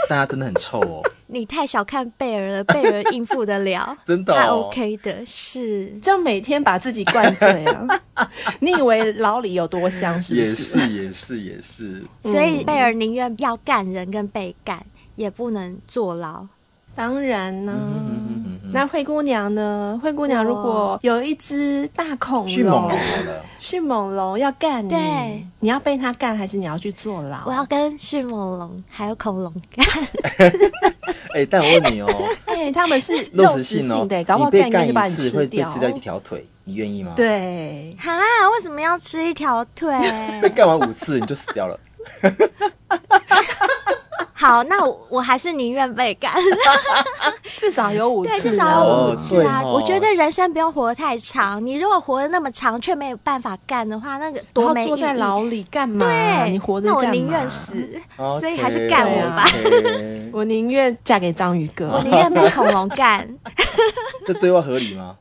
[SPEAKER 4] 但他真的很臭哦，，
[SPEAKER 3] 你太小看贝尔了，贝尔应付得 了
[SPEAKER 4] 真的哦
[SPEAKER 3] 他 OK 的，是。
[SPEAKER 2] 这样每天把自己灌醉 啊！你以为牢里有多香是不
[SPEAKER 4] 也
[SPEAKER 2] 是？
[SPEAKER 4] 是也是也是，
[SPEAKER 2] 嗯
[SPEAKER 3] 所以贝尔宁愿要干人跟被干，也不能坐牢。
[SPEAKER 2] 当然呢、
[SPEAKER 4] 嗯嗯嗯，
[SPEAKER 2] 那灰姑娘呢？灰姑娘如果有一只大恐
[SPEAKER 4] 迅猛
[SPEAKER 2] 龙
[SPEAKER 4] 龙，好了，
[SPEAKER 2] 迅猛龙要干你，
[SPEAKER 3] 对
[SPEAKER 2] 你要被它干还是你要去坐牢？
[SPEAKER 3] 我要跟迅猛龙还有恐龙 干，
[SPEAKER 4] 哎，但我问你哦，
[SPEAKER 2] 哎、他 们是
[SPEAKER 4] 肉
[SPEAKER 2] 肉
[SPEAKER 4] 食
[SPEAKER 2] 食
[SPEAKER 4] 性哦
[SPEAKER 2] 性的、搞不，好
[SPEAKER 4] 你被
[SPEAKER 2] 干
[SPEAKER 4] 干
[SPEAKER 2] 一就把
[SPEAKER 4] 一
[SPEAKER 2] 你
[SPEAKER 4] 次
[SPEAKER 2] 吃
[SPEAKER 4] 会被
[SPEAKER 2] 掉。
[SPEAKER 4] 吃掉一条腿，你愿意吗？，
[SPEAKER 2] 对，
[SPEAKER 3] 哈，为什么要吃一条 腿？
[SPEAKER 4] 被干完五次你就死掉了，
[SPEAKER 3] 好，那我我还是宁愿被 干，
[SPEAKER 2] 至少有五次啊
[SPEAKER 3] 对，
[SPEAKER 2] 呢，
[SPEAKER 3] 至少有五次啊。
[SPEAKER 4] 哦对哦
[SPEAKER 3] 我觉得人生不用活得太长，你如果活得那么长却没有办法干的话，那个多
[SPEAKER 2] 然
[SPEAKER 3] 没
[SPEAKER 2] 后
[SPEAKER 3] 意
[SPEAKER 2] 坐在
[SPEAKER 3] 义。
[SPEAKER 2] 牢里干嘛？
[SPEAKER 3] 对，
[SPEAKER 2] 你活着
[SPEAKER 3] 那
[SPEAKER 2] 干嘛？
[SPEAKER 3] 我宁愿，死， 所以还是
[SPEAKER 4] OK，
[SPEAKER 3] 干我吧。
[SPEAKER 4] OK
[SPEAKER 2] 我宁愿嫁给章鱼哥。
[SPEAKER 3] 我宁愿被恐龙干。
[SPEAKER 4] 这对话合理吗？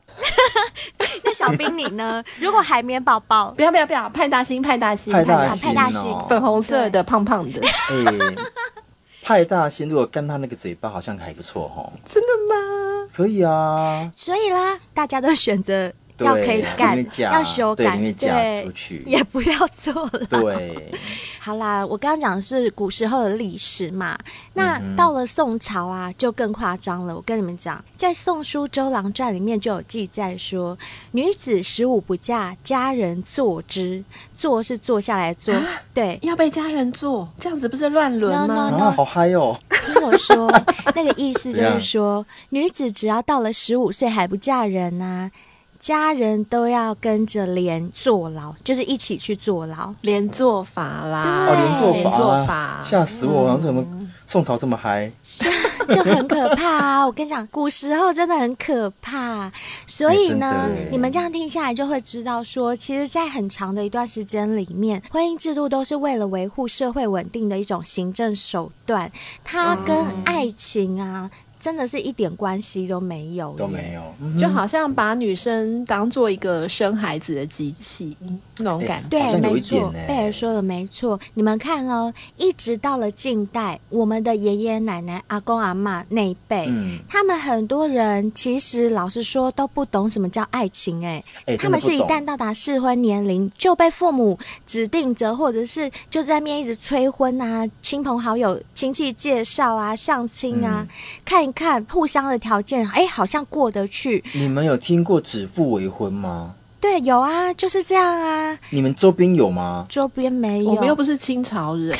[SPEAKER 3] 那小兵你呢？如果海绵宝宝，
[SPEAKER 2] 不要不要不要，派大星派大星
[SPEAKER 4] 派大
[SPEAKER 2] 大
[SPEAKER 4] 星
[SPEAKER 3] 派大
[SPEAKER 4] 哦
[SPEAKER 3] 星，
[SPEAKER 2] 粉红色的胖胖的，
[SPEAKER 4] 哎、派大星如果干他那个嘴巴，好像还不错哦。真的吗？可以啊，
[SPEAKER 3] 所以啦，大家都选择
[SPEAKER 4] 对
[SPEAKER 3] 要可以
[SPEAKER 4] 宁
[SPEAKER 3] 干
[SPEAKER 4] 愿，嫁
[SPEAKER 3] 要修
[SPEAKER 4] 对
[SPEAKER 3] 改，
[SPEAKER 4] 宁愿嫁
[SPEAKER 3] 对
[SPEAKER 4] 出去
[SPEAKER 3] 也不要做了。
[SPEAKER 4] 对，
[SPEAKER 3] 好啦，我刚刚讲的是古时候的历史嘛，那
[SPEAKER 4] 嗯
[SPEAKER 3] 到了宋朝啊，就更夸张了。我跟你们讲，在《宋书周郎传》里面就有记载说，女子十五不嫁，家人坐之，坐是坐下来坐，
[SPEAKER 4] 啊
[SPEAKER 3] 对。
[SPEAKER 2] 要被家人做，这样子不是乱伦
[SPEAKER 3] No,
[SPEAKER 2] 吗
[SPEAKER 3] no,
[SPEAKER 4] 啊，好嗨哦！
[SPEAKER 3] 听我 说，那个意思就
[SPEAKER 4] 怎样
[SPEAKER 3] 是说，女子只要到了十五岁还不嫁人啊，家人都要跟着连坐牢，就是一起去坐牢。
[SPEAKER 2] 连做法
[SPEAKER 3] 哎
[SPEAKER 2] 啦，
[SPEAKER 4] 哦，连坐
[SPEAKER 2] 连
[SPEAKER 4] 法
[SPEAKER 2] 做
[SPEAKER 4] 啊，
[SPEAKER 2] 法，
[SPEAKER 4] 吓死
[SPEAKER 3] 嗯
[SPEAKER 4] 我！然后怎么宋朝这么嗨？
[SPEAKER 3] 是啊，就很可怕啊！我跟你讲，古时候真的很可怕，所以
[SPEAKER 4] 哎
[SPEAKER 3] 呢
[SPEAKER 4] 真的耶，
[SPEAKER 3] 你们这样听下来就会知道说，其实，在很长的一段时间里面，婚姻制度都是为了维护社会稳定的一种行政手段，它跟
[SPEAKER 4] 嗯
[SPEAKER 3] 爱情啊，真的是一点关系都没有，
[SPEAKER 4] 都没。有，嗯
[SPEAKER 2] 就好像把女生当做一个生孩子的机器那种感觉。
[SPEAKER 3] 对
[SPEAKER 4] 好像，有
[SPEAKER 3] 没
[SPEAKER 4] 一点
[SPEAKER 3] 错，
[SPEAKER 4] 呢
[SPEAKER 3] 贝尔说的没错。你们看哦，一直到了近代，我们的爷爷奶奶、阿公阿嬷那一辈，
[SPEAKER 4] 嗯，
[SPEAKER 3] 他们很多人其实老实说都不懂什么叫爱情、欸，
[SPEAKER 4] 哎、
[SPEAKER 3] 他
[SPEAKER 4] 真的
[SPEAKER 3] 们
[SPEAKER 4] 不
[SPEAKER 3] 是一旦
[SPEAKER 4] 懂。
[SPEAKER 3] 到达适婚年龄就被父母指定着，或者是就在面一直催婚啊，亲朋好友、亲戚介绍啊、相亲啊，
[SPEAKER 4] 嗯
[SPEAKER 3] 看一看互相的条件，哎、好像过得去。
[SPEAKER 4] 你们有听过指腹为婚吗？
[SPEAKER 3] 对，有啊，就是这样啊，？
[SPEAKER 4] 你们周边有吗
[SPEAKER 3] 周边没
[SPEAKER 2] 我们又
[SPEAKER 3] 有。
[SPEAKER 2] 不是清朝 人，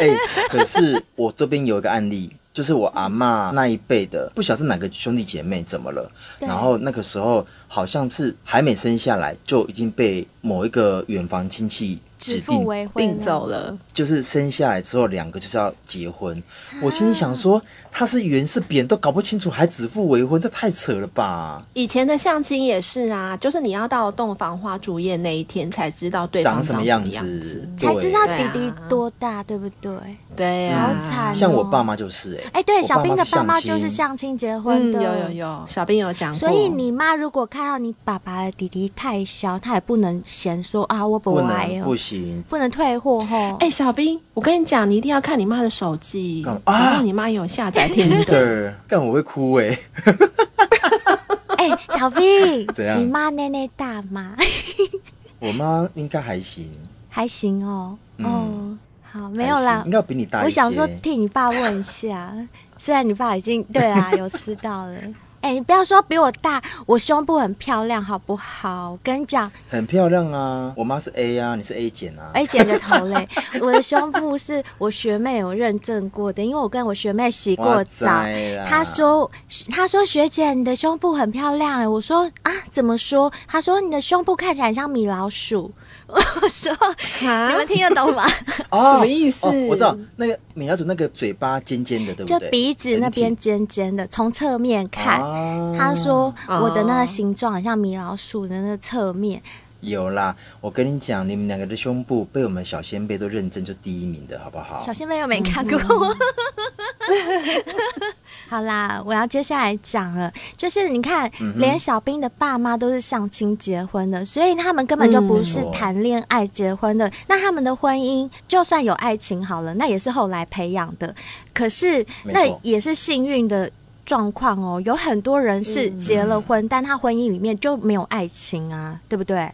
[SPEAKER 4] 哎、可是我这边有一个案例，就是我阿嬷那一辈的，不晓得是哪个兄弟姐妹怎么了，
[SPEAKER 3] 对
[SPEAKER 4] 然后那个时候好像是还没生下来就已经被某一个远房亲戚
[SPEAKER 3] 指
[SPEAKER 4] 指
[SPEAKER 3] 腹
[SPEAKER 4] 定
[SPEAKER 3] 为婚啊
[SPEAKER 2] 并
[SPEAKER 3] 了
[SPEAKER 2] 走了，
[SPEAKER 4] 就是生下来之后两个就是要结婚。
[SPEAKER 3] 啊
[SPEAKER 4] 我心里想说，他是圆是扁都搞不清楚，还指腹为婚，这太扯了吧？
[SPEAKER 2] 以前的相亲也是啊，就是你要到洞房花烛夜那一天才知道对方
[SPEAKER 4] 长什
[SPEAKER 2] 么
[SPEAKER 4] 么
[SPEAKER 2] 样
[SPEAKER 4] 样子？
[SPEAKER 3] 才
[SPEAKER 4] 对
[SPEAKER 3] 知道
[SPEAKER 2] 对
[SPEAKER 3] 弟弟
[SPEAKER 2] 啊
[SPEAKER 3] 多大，对不对？
[SPEAKER 2] 对啊呀、
[SPEAKER 3] 好惨、哦。
[SPEAKER 4] 像我爸妈就是哎、
[SPEAKER 3] 哎，对，
[SPEAKER 4] 我
[SPEAKER 3] 小
[SPEAKER 4] 妈
[SPEAKER 3] 兵的
[SPEAKER 4] 是
[SPEAKER 3] 爸妈
[SPEAKER 4] 相
[SPEAKER 3] 就是
[SPEAKER 4] 亲
[SPEAKER 3] 相亲结婚
[SPEAKER 2] 嗯，
[SPEAKER 3] 的，
[SPEAKER 2] 有有有，小兵有讲过，
[SPEAKER 3] 所以你妈如果看到你爸爸的弟弟太小，她也不能嫌说啊，我不
[SPEAKER 4] 不
[SPEAKER 3] 爱
[SPEAKER 4] 能
[SPEAKER 3] 哦，
[SPEAKER 4] 不行，
[SPEAKER 3] 不能退货 吼。
[SPEAKER 2] 哎、小兵，我跟你讲，你一定要看你妈的手机
[SPEAKER 4] 干嘛，啊
[SPEAKER 2] 然后你妈有下载 Tinder，
[SPEAKER 4] 对，干我会哭哎、
[SPEAKER 3] 哎、小兵
[SPEAKER 4] 怎，样
[SPEAKER 3] 你妈内内大吗？
[SPEAKER 4] 我妈应该还行，
[SPEAKER 3] 还行哦，
[SPEAKER 4] 嗯
[SPEAKER 3] 哦，好，没有
[SPEAKER 4] 还行
[SPEAKER 3] 啦
[SPEAKER 4] 应，该比你大一些。
[SPEAKER 3] 我想说替你爸问一下，虽然你爸已经对 啊有吃到了。哎、你不要说比我大，我胸部很漂亮，好不好？我跟你讲，
[SPEAKER 4] 很漂亮啊，我妈是 A 啊，你是 A 减啊。
[SPEAKER 3] 哎，剪个头嘞！我的胸部是我学妹有认证过的，因为我跟我学妹洗过澡
[SPEAKER 4] 哇塞啦。
[SPEAKER 3] 她说，她说学姐你的胸部很漂亮哎、我说啊怎么说？她说你的胸部看起来很像米老鼠。 我说
[SPEAKER 2] 啊
[SPEAKER 3] 你们听得懂吗？
[SPEAKER 4] 哦
[SPEAKER 2] 什么意思
[SPEAKER 4] 哦我知道那个米老鼠那个嘴巴尖尖的，对不
[SPEAKER 3] 就
[SPEAKER 4] 对？
[SPEAKER 3] 鼻子那边
[SPEAKER 4] 很挺
[SPEAKER 3] 尖尖的，从侧面看。
[SPEAKER 4] 啊
[SPEAKER 3] 她说
[SPEAKER 2] 哦
[SPEAKER 3] 我的那个形状很像米老鼠的那个侧面，
[SPEAKER 4] 有啦，我跟你讲，你们两个的胸部被我们小先辈都认证就第一名的，好不好
[SPEAKER 3] 小？仙妹又没看过。 好啦，我要接下来讲了，就是你看，
[SPEAKER 4] 嗯
[SPEAKER 3] 连小兵的爸妈都是相亲结婚的，所以他们根本就不
[SPEAKER 4] 嗯
[SPEAKER 3] 是谈恋爱结婚的。那他们的婚姻就算有爱情好了，那也是后来培养的，可是
[SPEAKER 4] 没
[SPEAKER 3] 那
[SPEAKER 4] 错
[SPEAKER 3] 也是幸运的。状况哦，有很多人是结了婚，但他婚姻里面就没有爱情啊，对不对？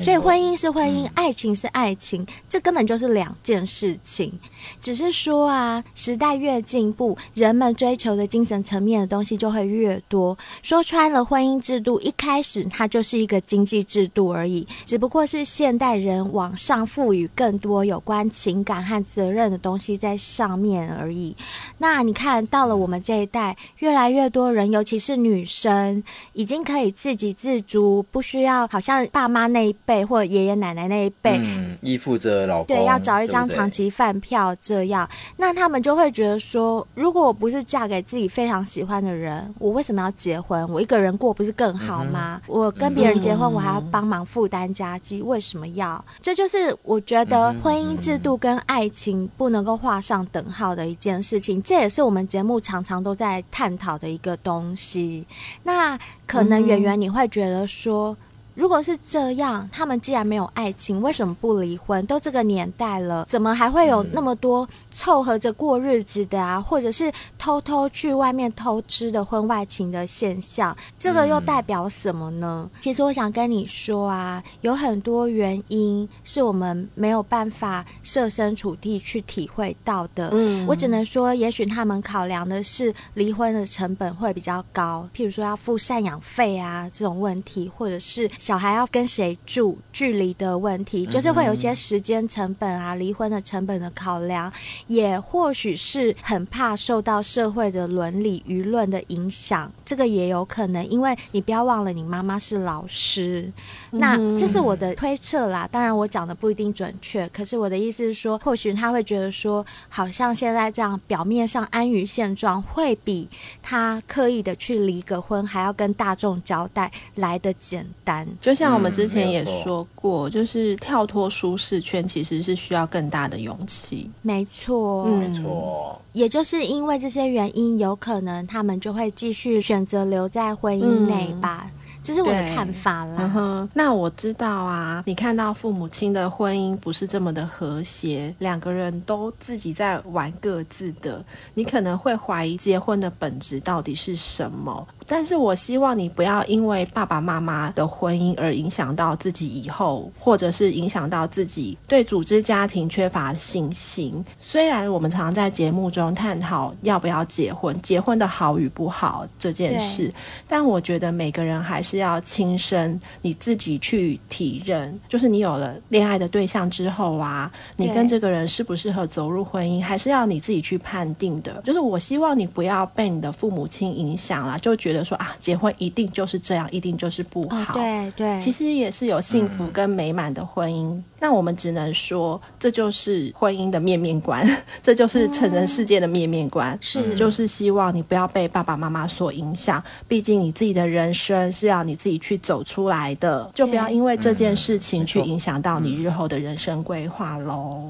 [SPEAKER 3] 所以婚姻是婚姻，爱情是爱情，这根本就是两件事情。只是说啊，时代越进步，人们追求的精神层面的东西就会越多。说穿了，婚姻制度一开始它就是一个经济制度而已，只不过是现代人往上赋予更多有关情感和责任的东西在上面而已。那你看到了我们这一代，越来越多人，尤其是女生，已经可以自给自足，不需要好像爸妈那一辈或爷爷奶奶那一辈。
[SPEAKER 4] 嗯，依附着老公，
[SPEAKER 3] 对，要找一张
[SPEAKER 4] 对不对
[SPEAKER 3] 长期饭票这样，那他们就会觉得说，如果我不是嫁给自己非常喜欢的人，我为什么要结婚？我一个人过不是更好吗？
[SPEAKER 4] 嗯
[SPEAKER 3] 我跟别人结婚，我还要帮忙负担家计，为什么要？这就是我觉
[SPEAKER 4] 嗯
[SPEAKER 3] 得婚姻制度跟爱情不能够画上等号的一件事情，这也是我们节目常常都在探讨的一个东西。那可
[SPEAKER 4] 嗯
[SPEAKER 3] 能圆圆你会觉得说，如果是这样，他们既然没有爱情，为什么不离婚？都这个年代了，怎么还会有那么多凑合着过日子的啊，或者是偷偷去外面偷吃的婚外情的现象？这个又代表什么呢？其实我想跟你说啊，有很多原因是我们没有办法设身处地去体会到的。
[SPEAKER 2] 嗯
[SPEAKER 3] 我只能说，也许他们考量的是离婚的成本会比较高，譬如说要付赡养费啊这种问题，或者是小孩要跟谁住、距离的问题，就是会有一些时间成本啊、离婚的成本的考量，也或许是很怕受到社会的伦理舆论的影响，这个也有可能，因为你不要忘了，你妈妈是老师，那这是我的推测啦，当然我讲的不一定准确，可是我的意思是说，或许他会觉得说，好像现在这样表面上安于现状，会比他刻意的去离个婚还要跟大众交代来的简单。
[SPEAKER 2] 就像我们
[SPEAKER 4] 嗯
[SPEAKER 2] 之前
[SPEAKER 4] 没
[SPEAKER 2] 也
[SPEAKER 4] 有错
[SPEAKER 2] 说过，就是跳脱舒适圈其实是需要更大的勇气。
[SPEAKER 3] 没错，
[SPEAKER 2] 嗯
[SPEAKER 4] 没错，
[SPEAKER 3] 也就是因为这些原因，有可能他们就会继续选择留在婚姻内吧。这是我的
[SPEAKER 2] 嗯对
[SPEAKER 3] 看法
[SPEAKER 2] 嗯
[SPEAKER 3] 啦。
[SPEAKER 2] 哼，那我知道啊，你看到父母亲的婚姻不是这么的和谐，两个人都自己在玩各自的，你可能会怀疑结婚的本质到底是什么。但是我希望你不要因为爸爸妈妈的婚姻而影响到自己以后，或者是影响到自己对组织家庭缺乏信心。虽然我们常在节目中探讨要不要结婚、结婚的好与不好这件事，但我觉得每个人还是要亲身你自己去体认，就是你有了恋爱的对象之后啊，你
[SPEAKER 3] 对
[SPEAKER 2] 跟这个人适不适合走入婚姻，还是要你自己去判定的。就是我希望你不要被你的父母亲影响啦，就觉得得说啊，结婚一定就是这样，一定就是不
[SPEAKER 3] 哦
[SPEAKER 2] 好。
[SPEAKER 3] 对对，
[SPEAKER 2] 其实也是有幸
[SPEAKER 3] 嗯
[SPEAKER 2] 福跟美满的婚姻。那我们只能说，这就是婚姻的面面观， 这就是成人世界的面面
[SPEAKER 3] 哦
[SPEAKER 2] 观。是，就是希望你不要被爸爸妈妈所影响，毕竟你自己的人生是要你自己去走出来的，就不要因为这
[SPEAKER 3] 嗯
[SPEAKER 2] 件事情去影响到你日后的人生规划喽。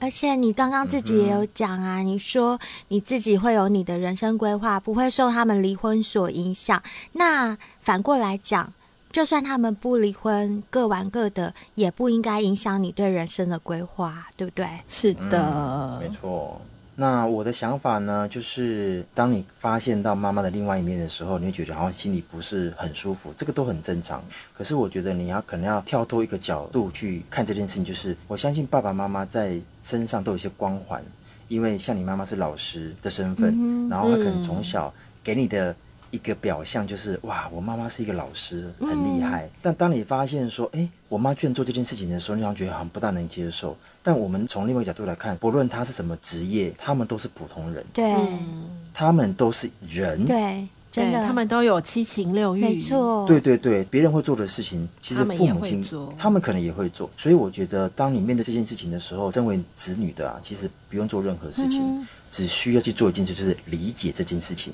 [SPEAKER 3] 而且你刚刚自己也有讲啊，你说你自己会有你的人生规划，不会受他们离婚所影响。那反过来讲，就算他们不离婚，各玩各的，也不应该影响你对人生的规划，对不对？
[SPEAKER 2] 是的，
[SPEAKER 3] 嗯
[SPEAKER 4] 没错。那我的想法呢，就是当你发现到妈妈的另外一面的时候，你会觉得好像心里不是很舒服，这个都很正常。可是我觉得你要可能要跳脱一个角度去看这件事情，就是我相信爸爸妈妈在身上都有一些光环，因为像你妈妈是老师的身份，然后她可能从小给你的一个表象就是哇，我妈妈是一个老师，很厉害。但当你发现说，哎，我妈居然做这件事情的时候，你好像觉得好像不大能接受。但我们从另外一个角度来看，不论她是什么职业，他们都是普通人，
[SPEAKER 3] 对、
[SPEAKER 4] 他们都是人。
[SPEAKER 3] 对，真
[SPEAKER 2] 嗯对
[SPEAKER 3] 的，
[SPEAKER 2] 他们都有七情六欲，
[SPEAKER 3] 没。错，
[SPEAKER 4] 对对对，别人会做的事情，其实
[SPEAKER 2] 他们
[SPEAKER 4] 父
[SPEAKER 2] 也
[SPEAKER 4] 母
[SPEAKER 2] 会
[SPEAKER 4] 亲
[SPEAKER 2] 做
[SPEAKER 4] 他们可能也会做。所以我觉得，当你面对这件事情的时候，身为子女的啊，其实不用做任何事
[SPEAKER 2] 嗯
[SPEAKER 4] 情，只需要去做一件事，就是理解这件事情，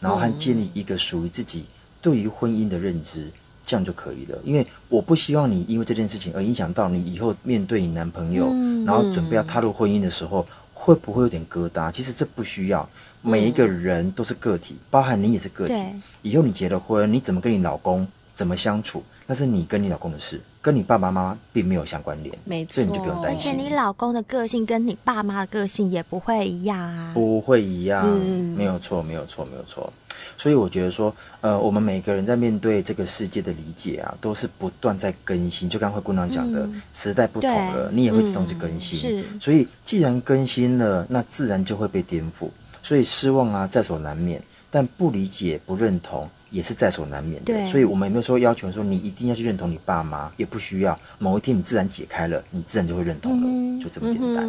[SPEAKER 4] 然后和建立一个属于自己对于婚姻的认知。这样就可以了，因为我不希望你因为这件事情而影响到你以后面对你男朋友，
[SPEAKER 2] 嗯
[SPEAKER 4] 然后准备要踏入婚姻的时候，会不会有点疙瘩？其实这不需要，每一个
[SPEAKER 2] 嗯
[SPEAKER 4] 人都是个体，包含你也是个体
[SPEAKER 3] 对。
[SPEAKER 4] 以后你结了婚，你怎么跟你老公怎么相处，那是你跟你老公的事，跟你爸爸妈妈并没有相关联，
[SPEAKER 2] 没错
[SPEAKER 4] 所以你就不用担
[SPEAKER 3] 而且
[SPEAKER 4] 心，
[SPEAKER 3] 你老公的个性跟你爸妈的个性也不会一样啊。嗯
[SPEAKER 4] 不会一样，没有错，没有错，没有错。所以我觉得说，呃，我们每个人在面对这个世界的理解啊，都是不断在更新。就刚刚灰姑娘讲的，时代不同了，你也会自动去更新。
[SPEAKER 3] 嗯是
[SPEAKER 4] 所以既然更新了，那自然就会被颠覆。所以失望啊，在所难免，但不理解、不认同也是在所难免的。
[SPEAKER 3] 对
[SPEAKER 4] 所以我们也没有说要求说你一定要去认同你爸妈，也不需要。某一天你自然解开了，你自然就会
[SPEAKER 3] 嗯
[SPEAKER 4] 认同了，就这么简单。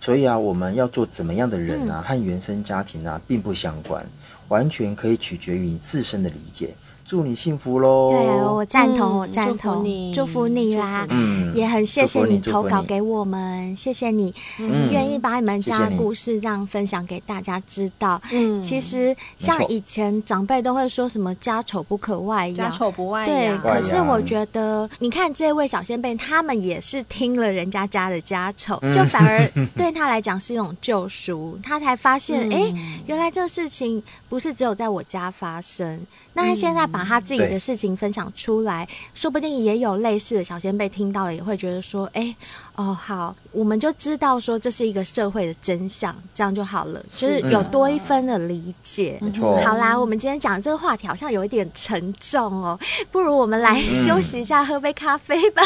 [SPEAKER 4] 所以啊，我们要做怎么样的人
[SPEAKER 3] 嗯
[SPEAKER 4] 啊，和原生家庭啊并不相关，完全可以取决于你自身的理解。祝你幸福喽！
[SPEAKER 3] 对，啊我赞同，我赞
[SPEAKER 2] 祝福
[SPEAKER 3] 同，
[SPEAKER 2] 你
[SPEAKER 3] 祝福你啦！
[SPEAKER 4] 嗯
[SPEAKER 3] 也很谢谢
[SPEAKER 4] 祝福你
[SPEAKER 3] 你投
[SPEAKER 4] 祝福
[SPEAKER 3] 稿
[SPEAKER 4] 你
[SPEAKER 3] 给我们，谢谢你
[SPEAKER 4] 嗯
[SPEAKER 3] 愿意把你们家
[SPEAKER 4] 谢谢
[SPEAKER 3] 的
[SPEAKER 4] 你
[SPEAKER 3] 故事这样分享给大家知道。
[SPEAKER 2] 嗯
[SPEAKER 3] 其实像以前长辈都会说什么“家丑不可外
[SPEAKER 2] 家
[SPEAKER 3] 扬”，
[SPEAKER 2] 丑不外
[SPEAKER 3] 对，
[SPEAKER 2] 扬，
[SPEAKER 3] 可是
[SPEAKER 4] 扬
[SPEAKER 3] 我觉得，你看这位小先辈，他们也是听了人家家的家丑，就反而对他来讲是一种救赎。他才发现，哎、原来这事情不是只有在我家发生。那他现在把他自己的
[SPEAKER 4] 对
[SPEAKER 3] 事情分享出来，说不定也有类似的小先辈听到了，也会觉得说，哎、哦，好，我们就知道说这是一个社会的真相，这样就好了，就是有多一分的理解。
[SPEAKER 4] 没错
[SPEAKER 3] 好啦，我们今天讲这个话题好像有一点沉重哦，不如我们来
[SPEAKER 4] 嗯
[SPEAKER 3] 休息一下，喝杯咖啡吧。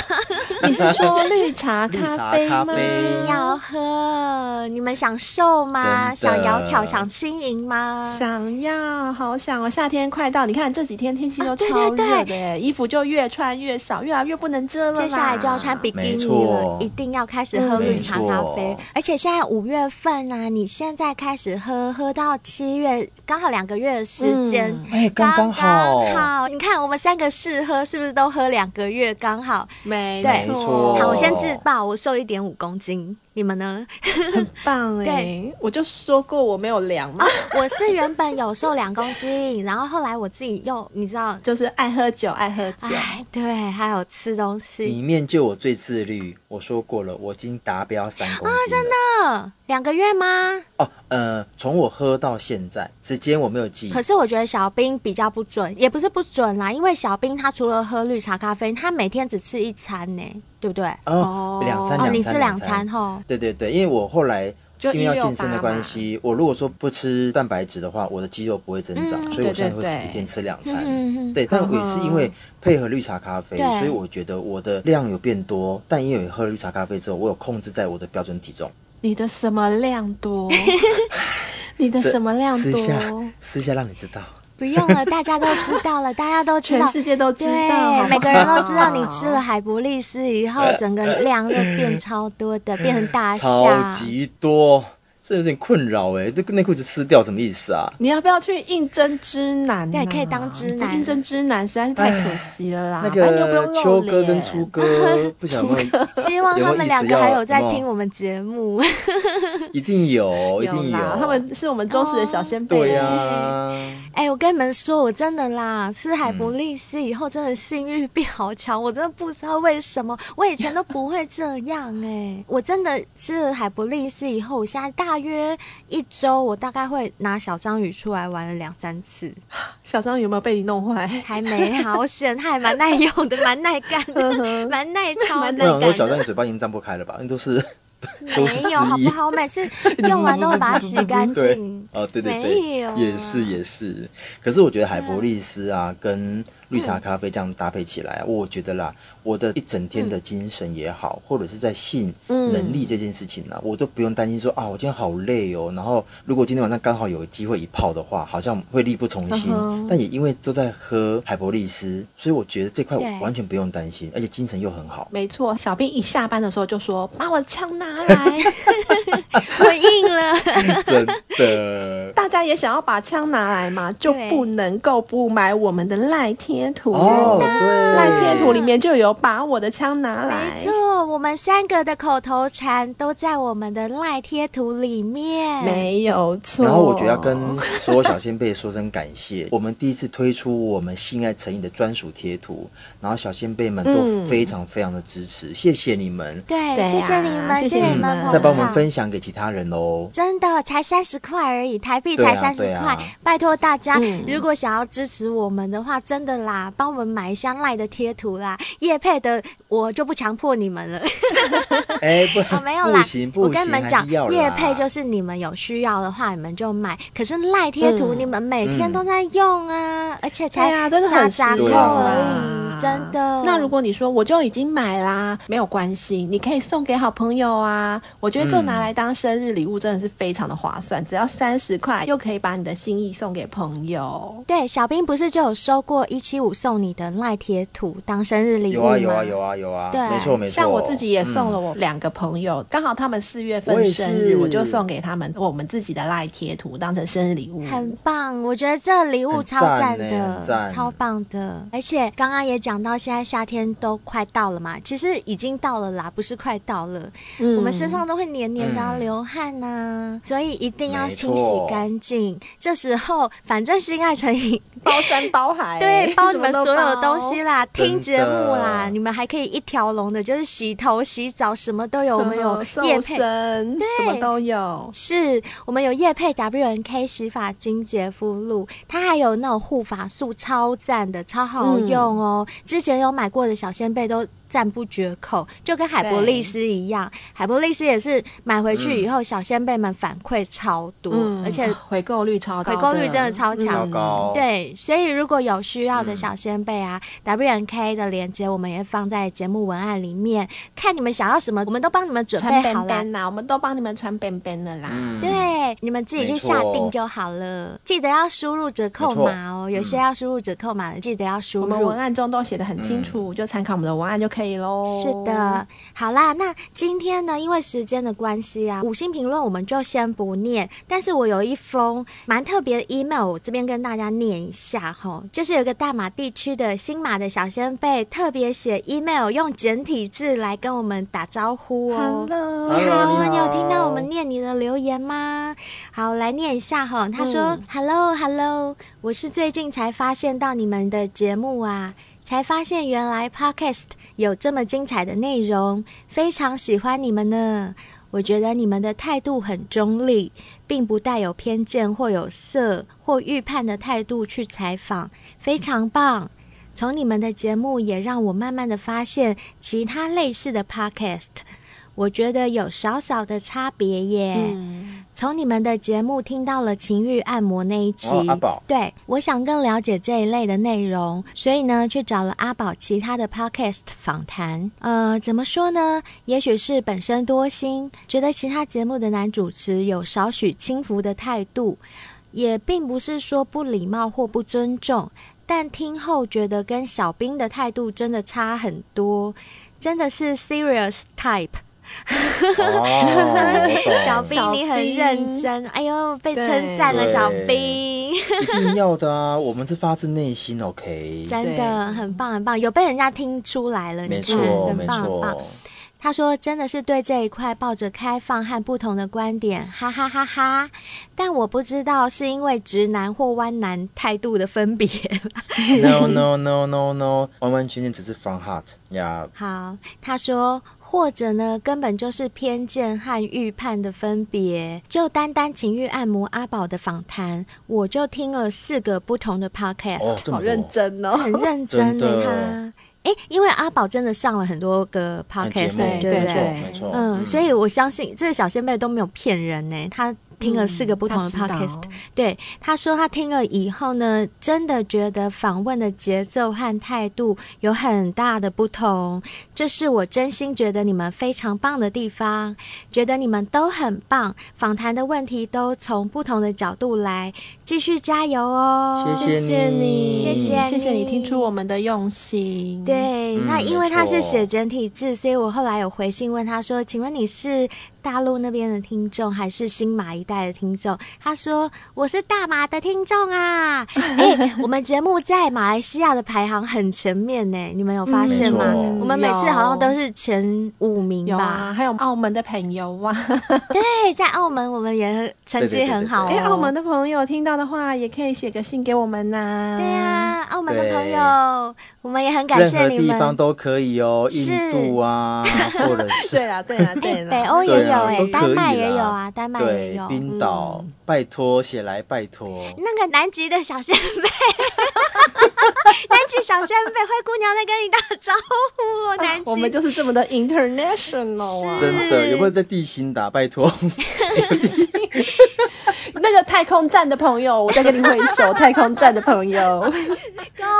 [SPEAKER 2] 你是说 绿茶
[SPEAKER 4] 绿茶
[SPEAKER 2] 咖啡
[SPEAKER 4] 咖
[SPEAKER 2] 吗？
[SPEAKER 4] 啡
[SPEAKER 3] 要喝，你们想瘦吗？
[SPEAKER 4] 真
[SPEAKER 3] 想
[SPEAKER 4] 的
[SPEAKER 3] 窈窕，想轻盈吗？
[SPEAKER 2] 想要，好想哦！夏天快到，你看这几天天气
[SPEAKER 3] 啊
[SPEAKER 2] 都
[SPEAKER 3] 对
[SPEAKER 2] 超
[SPEAKER 3] 对对
[SPEAKER 2] 热的耶、衣服就越穿越少，越来越不能遮了啦。
[SPEAKER 3] 接下来就要穿比基
[SPEAKER 4] 没
[SPEAKER 3] 尼了
[SPEAKER 4] 错，
[SPEAKER 3] 一定要开始喝绿茶咖啡
[SPEAKER 4] 没错。
[SPEAKER 3] 而且现在五月份啊，你现在开始喝，喝到七月，刚好两个月的时间。
[SPEAKER 4] 哎，刚刚好，
[SPEAKER 3] 刚好你看我们三个试喝，是不是都喝两个月刚好？
[SPEAKER 2] 没
[SPEAKER 3] 对
[SPEAKER 4] 错
[SPEAKER 3] 好，我先自爆，我瘦一点五公斤，你们呢？
[SPEAKER 2] 棒哎、
[SPEAKER 3] 对啊
[SPEAKER 2] 我就说过我没有量嘛，
[SPEAKER 3] 我是原本有瘦两公斤，然后后来我自己又你知道，
[SPEAKER 2] 就是爱喝酒，爱喝酒。
[SPEAKER 3] 哎，对，还有吃东西，
[SPEAKER 4] 里面就我最自律，我说过了，我已经达标三公
[SPEAKER 3] 啊
[SPEAKER 4] 斤了。真的
[SPEAKER 3] 嗯，两个月吗？
[SPEAKER 4] 哦，呃，从我喝到现在，之间我没有记忆
[SPEAKER 3] 可。是我觉得小兵比较不准，也不是不准啦，因为小兵他除了喝绿茶咖啡，他每天只吃一餐呢，对不对？
[SPEAKER 4] 哦，两餐两
[SPEAKER 3] 哦，
[SPEAKER 4] 餐，
[SPEAKER 3] 你是两
[SPEAKER 4] 餐
[SPEAKER 3] 餐吼，
[SPEAKER 4] 对对对，因为我后来
[SPEAKER 2] 就
[SPEAKER 4] 因为要
[SPEAKER 2] 168
[SPEAKER 4] 健身的关系，我如果说不吃蛋白质的话，我的肌肉不会增长，
[SPEAKER 3] 嗯
[SPEAKER 4] 所以我现在会
[SPEAKER 2] 对对对
[SPEAKER 4] 吃一天吃两餐。
[SPEAKER 3] 嗯嗯嗯
[SPEAKER 4] 对，但也是因为配合绿茶咖啡，
[SPEAKER 3] 对
[SPEAKER 4] 所以我觉得我的量有变多，但因为喝了绿茶咖啡之后，我有控制在我的标准体重。
[SPEAKER 2] 你的什么量多？ 你的什么量
[SPEAKER 4] 私下
[SPEAKER 2] 多？
[SPEAKER 4] 私下让你知道。
[SPEAKER 3] 不用了，大家都知道了，大家都知道，
[SPEAKER 2] 全世界都知道好不
[SPEAKER 3] 对，
[SPEAKER 2] 好
[SPEAKER 3] 每个人都知道你吃了海博 利斯以后，整个量就变超多的，变成大
[SPEAKER 4] 超
[SPEAKER 3] 虾。
[SPEAKER 4] 级多，这有点困扰哎、欸，这内裤子吃掉什么意思啊？
[SPEAKER 2] 你要不要去应征知男、啊？
[SPEAKER 3] 对，可以当知男
[SPEAKER 2] 不应征知男实在是太可惜了啦。
[SPEAKER 4] 那
[SPEAKER 2] 反正你又不
[SPEAKER 4] 个
[SPEAKER 2] 用
[SPEAKER 4] 秋
[SPEAKER 2] 露
[SPEAKER 4] 哥跟
[SPEAKER 2] 脸
[SPEAKER 4] 初 哥，不想问，
[SPEAKER 3] 希望他们两个还有在听
[SPEAKER 4] 我，
[SPEAKER 3] 我们节目。
[SPEAKER 4] 一定有，一定
[SPEAKER 2] 啦，他们是我们忠实的小先辈。
[SPEAKER 4] 对呀、
[SPEAKER 3] 哎、我跟你们说，我真的啦，吃
[SPEAKER 4] 嗯
[SPEAKER 3] 海不利息，以后真的性欲变好强。我真的不知道为什么，我以前都不会这样哎、我真的吃了海不利息以后，我现在大约一周，我大概会拿小章鱼出来玩了两三次，
[SPEAKER 2] 小章鱼有没有被你弄坏？
[SPEAKER 3] 还没好险，他还蛮耐用的，蛮耐干的，嗯 蛮耐操
[SPEAKER 2] 蛮
[SPEAKER 4] 嗯我
[SPEAKER 2] 耐
[SPEAKER 3] 的。
[SPEAKER 4] 想说，小张，你嘴巴已经张不开了吧？那都是都是
[SPEAKER 3] 没有好
[SPEAKER 4] 汁
[SPEAKER 3] 不
[SPEAKER 4] 液。
[SPEAKER 3] 好？我每 次用完都会把它洗干
[SPEAKER 4] 对
[SPEAKER 3] 净，。
[SPEAKER 4] 哦，对对
[SPEAKER 3] 没
[SPEAKER 4] 对
[SPEAKER 3] 有，啊
[SPEAKER 4] 也是也是。可是我觉得海博利斯啊，跟绿
[SPEAKER 3] 嗯
[SPEAKER 4] 茶咖啡这样搭配起来啊，我觉得啦，我的一整天的
[SPEAKER 3] 嗯
[SPEAKER 4] 精神也好，或者是在性能力这件事情呢、啊我都不用担心说啊，我今天好累哦。然后如果今天晚上刚好有机会一泡的话，好像会力不从
[SPEAKER 3] 嗯
[SPEAKER 4] 心。但也因为都在喝海博利斯，所以我觉得这块
[SPEAKER 3] 对
[SPEAKER 4] 完全不用担心，而且精神又 很好。
[SPEAKER 2] 没错，小兵一下班的时候就说：“把我的枪拿 来。
[SPEAKER 3] 我硬了。
[SPEAKER 4] 真的”。
[SPEAKER 2] 大家也想要把枪拿来嘛，就
[SPEAKER 3] 对
[SPEAKER 2] 不能够不买我们的赖贴图。
[SPEAKER 4] 哦，对，
[SPEAKER 2] 赖贴图里面就有把我的枪拿来
[SPEAKER 3] 没。错，我们三个的口头禅都在我们的赖贴图里面。
[SPEAKER 2] 没有错。
[SPEAKER 4] 然后我觉得要跟所有小先辈说声感 谢，我们第一次推出我们性爱成瘾的专属贴图，然后小先辈们都
[SPEAKER 2] 嗯
[SPEAKER 4] 非常非常的支持，谢谢你们，嗯
[SPEAKER 3] 对，
[SPEAKER 2] 对啊
[SPEAKER 3] 谢谢你们，
[SPEAKER 2] 谢谢
[SPEAKER 3] 谢
[SPEAKER 2] 你们
[SPEAKER 3] 们捧
[SPEAKER 4] 再帮我
[SPEAKER 3] 场
[SPEAKER 4] 们分享给其他人 哦。
[SPEAKER 3] 真的才三十块而已，台币
[SPEAKER 4] 对啊
[SPEAKER 3] 才三十
[SPEAKER 4] 对
[SPEAKER 3] 块，
[SPEAKER 4] 啊
[SPEAKER 3] 拜托大家，
[SPEAKER 2] 嗯
[SPEAKER 3] 如果想要支持我们的话，真的啦，帮我们买一下赖的贴图啦，叶配的我就不强迫你们了，
[SPEAKER 4] 哎，不，
[SPEAKER 3] 哦，没有啦，
[SPEAKER 4] 不行不行，
[SPEAKER 3] 我跟你们
[SPEAKER 4] 还
[SPEAKER 3] 讲
[SPEAKER 4] 是要，啦
[SPEAKER 3] 叶配就是你们有需要的话，你们就买，可是赖贴图
[SPEAKER 2] 嗯
[SPEAKER 3] 你们每天
[SPEAKER 4] 嗯
[SPEAKER 3] 都在用啊，而且才
[SPEAKER 2] 对啊，真的
[SPEAKER 3] 三
[SPEAKER 2] 很实
[SPEAKER 3] 三
[SPEAKER 4] 对
[SPEAKER 3] 扣
[SPEAKER 4] 啊
[SPEAKER 3] 而已，真的。
[SPEAKER 2] 那如果你说我就已经买啦，没有关系，你可以送给好朋友啊。我觉得这
[SPEAKER 4] 嗯
[SPEAKER 2] 拿来当生日礼物真的是非常的划算，只要三十块，又可以把你的心意送给朋友。
[SPEAKER 3] 对，小兵不是就有收过一七五送你的赖贴图当生日礼物
[SPEAKER 4] 有
[SPEAKER 3] 吗？
[SPEAKER 4] 啊有啊有啊有啊，
[SPEAKER 3] 对
[SPEAKER 4] 没错没错，
[SPEAKER 2] 像我自己也送
[SPEAKER 4] 嗯
[SPEAKER 2] 了我两个朋友，刚、好他们四月
[SPEAKER 4] 我
[SPEAKER 2] 份
[SPEAKER 4] 也
[SPEAKER 2] 生日，
[SPEAKER 4] 是
[SPEAKER 2] 我就送给他们我们自己的赖贴图当成生日礼物。
[SPEAKER 3] 很棒，我觉得这礼物
[SPEAKER 4] 很
[SPEAKER 3] 超
[SPEAKER 4] 赞
[SPEAKER 3] 赞
[SPEAKER 4] 呢
[SPEAKER 3] 的，
[SPEAKER 4] 很赞
[SPEAKER 3] 超棒的。而且刚刚也讲到，现在夏天都快到了嘛，其实已经到了啦，不是快到了，
[SPEAKER 2] 嗯
[SPEAKER 3] 我们身上都会黏黏的啊、
[SPEAKER 4] 嗯
[SPEAKER 3] 流汗呐、所以一定要
[SPEAKER 4] 没
[SPEAKER 3] 清洗
[SPEAKER 4] 错
[SPEAKER 3] 干净。这时候，反正性爱成瘾，
[SPEAKER 2] 包山包 海
[SPEAKER 3] 对，包你们所有的东西。啦，
[SPEAKER 4] 真
[SPEAKER 3] 听节目啦，
[SPEAKER 4] 的
[SPEAKER 3] 你们还可以一条龙的，就是洗头、洗澡，什么都有，我
[SPEAKER 2] 我
[SPEAKER 3] 们
[SPEAKER 2] 们
[SPEAKER 3] 有
[SPEAKER 2] 有
[SPEAKER 3] 夜
[SPEAKER 2] 瘦
[SPEAKER 3] 配。
[SPEAKER 2] 身，什么都有。
[SPEAKER 3] 是我们有叶配 WNK 洗发精洁肤露，它还有那种护发素，超赞的，超好用哦。之前有买过的小先辈都赞不绝口，就跟海博利斯一样，海博利斯也是买回去以后，小先辈们反馈超多，
[SPEAKER 2] 嗯
[SPEAKER 3] 而且
[SPEAKER 2] 啊回购率超高，
[SPEAKER 3] 回购率真的超
[SPEAKER 4] 糟
[SPEAKER 3] 强。
[SPEAKER 4] 糕，，
[SPEAKER 3] 对，所以如果有需要的小先辈啊、w N K 的链接我们也放在节目文案里面，看你们想要什么，我们都帮你们准
[SPEAKER 2] 穿
[SPEAKER 3] 备好
[SPEAKER 2] 边
[SPEAKER 3] 了。
[SPEAKER 2] 边啦，我们都帮你们穿边边的啦。
[SPEAKER 4] 嗯，
[SPEAKER 3] 对，你们自己去下定就好了。记得要输入折扣码哦，
[SPEAKER 4] 没错
[SPEAKER 3] 有些要输入折扣码的，记得要输
[SPEAKER 2] 我们文
[SPEAKER 3] 入。
[SPEAKER 2] 案中都写的很清楚，就参考我们的文案就可以喽。
[SPEAKER 3] 是的，，好啦，那今天呢，因为时间的关系啊，五星评论我们就先不念。但是我有一封蛮特别的 email，我这边跟大家念一下哈，就是有个大马地区的新马的小先辈特别写 email，用简体字来跟我们打招呼哦。
[SPEAKER 2] Hello，
[SPEAKER 3] 你
[SPEAKER 4] Hello，
[SPEAKER 3] 好，
[SPEAKER 4] 你
[SPEAKER 3] 你有听到我们
[SPEAKER 4] 好
[SPEAKER 3] 念你的留言吗？好，来念一下哈。他说、
[SPEAKER 2] 嗯
[SPEAKER 3] h e l l o Hello，我是最近才发现到你们的节目啊，才发现原来 Podcast 有这么精彩的内容，非常喜欢你们呢。我觉得你们的态度很中立，并不带有偏见或有色或预判的态度去采访，非常棒。从你们的节目也让我慢慢的发现其他类似的 podcast，我觉得有少少的差别耶。从你们的节目听到了情欲按摩那一集，
[SPEAKER 4] 哦阿宝
[SPEAKER 3] 对我想更了解这一类的内容，所以呢去找了阿宝其他的 podcast 访谈。呃，怎么说呢？也许是本身多心，觉得其他节目的男主持有少许轻浮的态度，也并不是说不礼貌或不尊重，但听后觉得跟小兵的态度真的差很多，真的是 serious type。小
[SPEAKER 4] 哦，
[SPEAKER 3] 兵，你很认真，哎呦，被称赞了，
[SPEAKER 4] 对
[SPEAKER 3] 小 兵，
[SPEAKER 4] 我懂一定要的啊！我们是发自内心，OK？
[SPEAKER 3] 真的很棒，很棒，有被人家听出来了，
[SPEAKER 4] 没
[SPEAKER 3] 你看，
[SPEAKER 4] 错，
[SPEAKER 3] 很
[SPEAKER 4] 没
[SPEAKER 3] 棒，很棒。
[SPEAKER 4] 错。
[SPEAKER 3] 他说：“真的是对这一块抱着开放和不同的观点，哈哈哈哈！但我不知道是因为直男或弯男态度的分别。
[SPEAKER 4] No no no no no，完完全全只是 from heart 呀、
[SPEAKER 3] 好，他说，或者呢，根本就是偏见和预判的分别。就单单情欲按摩阿宝的访谈，我就听了四个不同的 podcast，、
[SPEAKER 4] 哦，这么
[SPEAKER 5] 好
[SPEAKER 4] 多
[SPEAKER 5] 认，真哦。
[SPEAKER 3] 很认真
[SPEAKER 4] 真
[SPEAKER 3] 的
[SPEAKER 4] 的
[SPEAKER 3] 他。诶，因为阿宝真的上了很多个
[SPEAKER 4] 很节
[SPEAKER 3] podcast，
[SPEAKER 4] 目
[SPEAKER 3] 啊对
[SPEAKER 5] 对
[SPEAKER 3] 不
[SPEAKER 5] 对
[SPEAKER 4] 没错
[SPEAKER 5] 对
[SPEAKER 4] 没错，
[SPEAKER 3] 嗯，所以我相信这个小仙妹都没有骗人呢、她听了四个不同的 podcast，、对，她说她听了以后呢，真的觉得访问的节奏和态度有很大的不同，这是我真心觉得你们非常棒的地方，觉得你们都很棒，访谈的问题都从不同的角度来，继续加油哦！
[SPEAKER 4] 谢
[SPEAKER 2] 谢谢
[SPEAKER 4] 你，
[SPEAKER 2] 你，
[SPEAKER 3] 谢谢
[SPEAKER 2] 谢谢
[SPEAKER 3] 你
[SPEAKER 2] 你听出我们的用心。，
[SPEAKER 3] 对，
[SPEAKER 4] 嗯
[SPEAKER 3] 那因为他是
[SPEAKER 4] 没错
[SPEAKER 3] 写简体字，所以我后来有回信问他说：“请问你是大陆那边的听众，还是新马一带的听众？”他说：“我是大马的听众啊！”哎、 我们节目在马来西亚的排行很前面呢，你们有发现吗？
[SPEAKER 4] 嗯没错
[SPEAKER 3] 我们每次好像都是前五名
[SPEAKER 2] 有
[SPEAKER 3] 吧？
[SPEAKER 2] 啊，还有澳门的朋友啊哇，
[SPEAKER 3] 对，在澳门我们也很成绩很好、哦。
[SPEAKER 2] 哎，澳门的朋友听到的话，也可以写个信给我们呐。
[SPEAKER 3] 对，啊，澳门的
[SPEAKER 4] 对
[SPEAKER 3] 朋友，我们也很感
[SPEAKER 4] 任
[SPEAKER 3] 谢
[SPEAKER 4] 何
[SPEAKER 3] 你
[SPEAKER 4] 地
[SPEAKER 3] 们。
[SPEAKER 4] 方都可以哦，
[SPEAKER 3] 是
[SPEAKER 4] 印 度啊，或者是
[SPEAKER 5] 对啦，对啦，
[SPEAKER 3] 哎、
[SPEAKER 5] 对
[SPEAKER 3] 北
[SPEAKER 5] 啦。
[SPEAKER 3] 欧也
[SPEAKER 4] 对
[SPEAKER 3] 有
[SPEAKER 4] 啊
[SPEAKER 3] 哎、
[SPEAKER 4] 都可以啦
[SPEAKER 3] 丹麦也有啊，丹麦也
[SPEAKER 4] 对
[SPEAKER 3] 有。嗯
[SPEAKER 4] 冰岛，拜托写来拜托，
[SPEAKER 3] 那个南极的小仙妹， 南极小仙妹灰姑娘在跟你打招呼
[SPEAKER 2] 啊
[SPEAKER 3] 哦，南极。
[SPEAKER 5] 我们就是这么的 international 啊！
[SPEAKER 4] 真的有没有在地心打？拜托，
[SPEAKER 5] 那个太空站的朋友，我再跟你挥手。太空站的朋 友，
[SPEAKER 3] 哦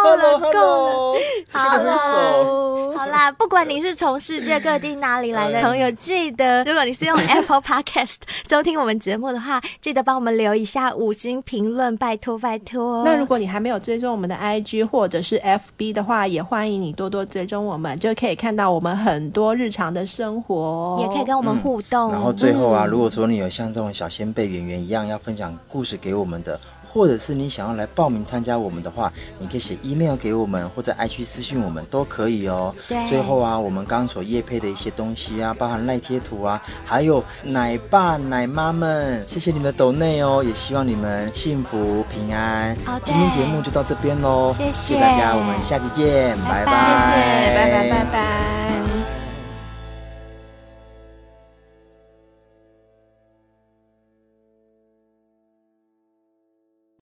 [SPEAKER 3] 够 了
[SPEAKER 4] Hello，
[SPEAKER 3] 够
[SPEAKER 4] hello，
[SPEAKER 3] 好
[SPEAKER 4] 这个很熟
[SPEAKER 3] 了，好啦，不管你是从世界各地哪里来的朋友，记得如果你是用 Apple Podcast 收听我们节目的话，记得帮我们留一下五星评论，拜托拜托。
[SPEAKER 5] 那如果你还没有追踪我们的 IG 或者是 FB 的话，也欢迎你多多追踪我们，就可以看到我们很多日常的生活哦。
[SPEAKER 3] 也可以跟我们互动，
[SPEAKER 4] 然后最后啊，如果说你有像这种小先辈圆圆一样要分享故事给我们的，或者是你想要来报名参加我们的话，你可以写 email 给我们，或者 IG 私讯我们都可以哦。
[SPEAKER 3] 对
[SPEAKER 4] 最后啊，我们刚刚所业配的一些东西啊，包含赖贴图啊，还有奶爸奶妈们，谢谢你们的抖内哦，也希望你们幸福平安。
[SPEAKER 3] 哦对
[SPEAKER 4] 今天节目就到这边喽，
[SPEAKER 3] 谢谢
[SPEAKER 4] 谢大家，我们下期见，拜
[SPEAKER 3] 拜
[SPEAKER 4] 拜
[SPEAKER 3] 谢谢
[SPEAKER 5] 拜拜拜拜。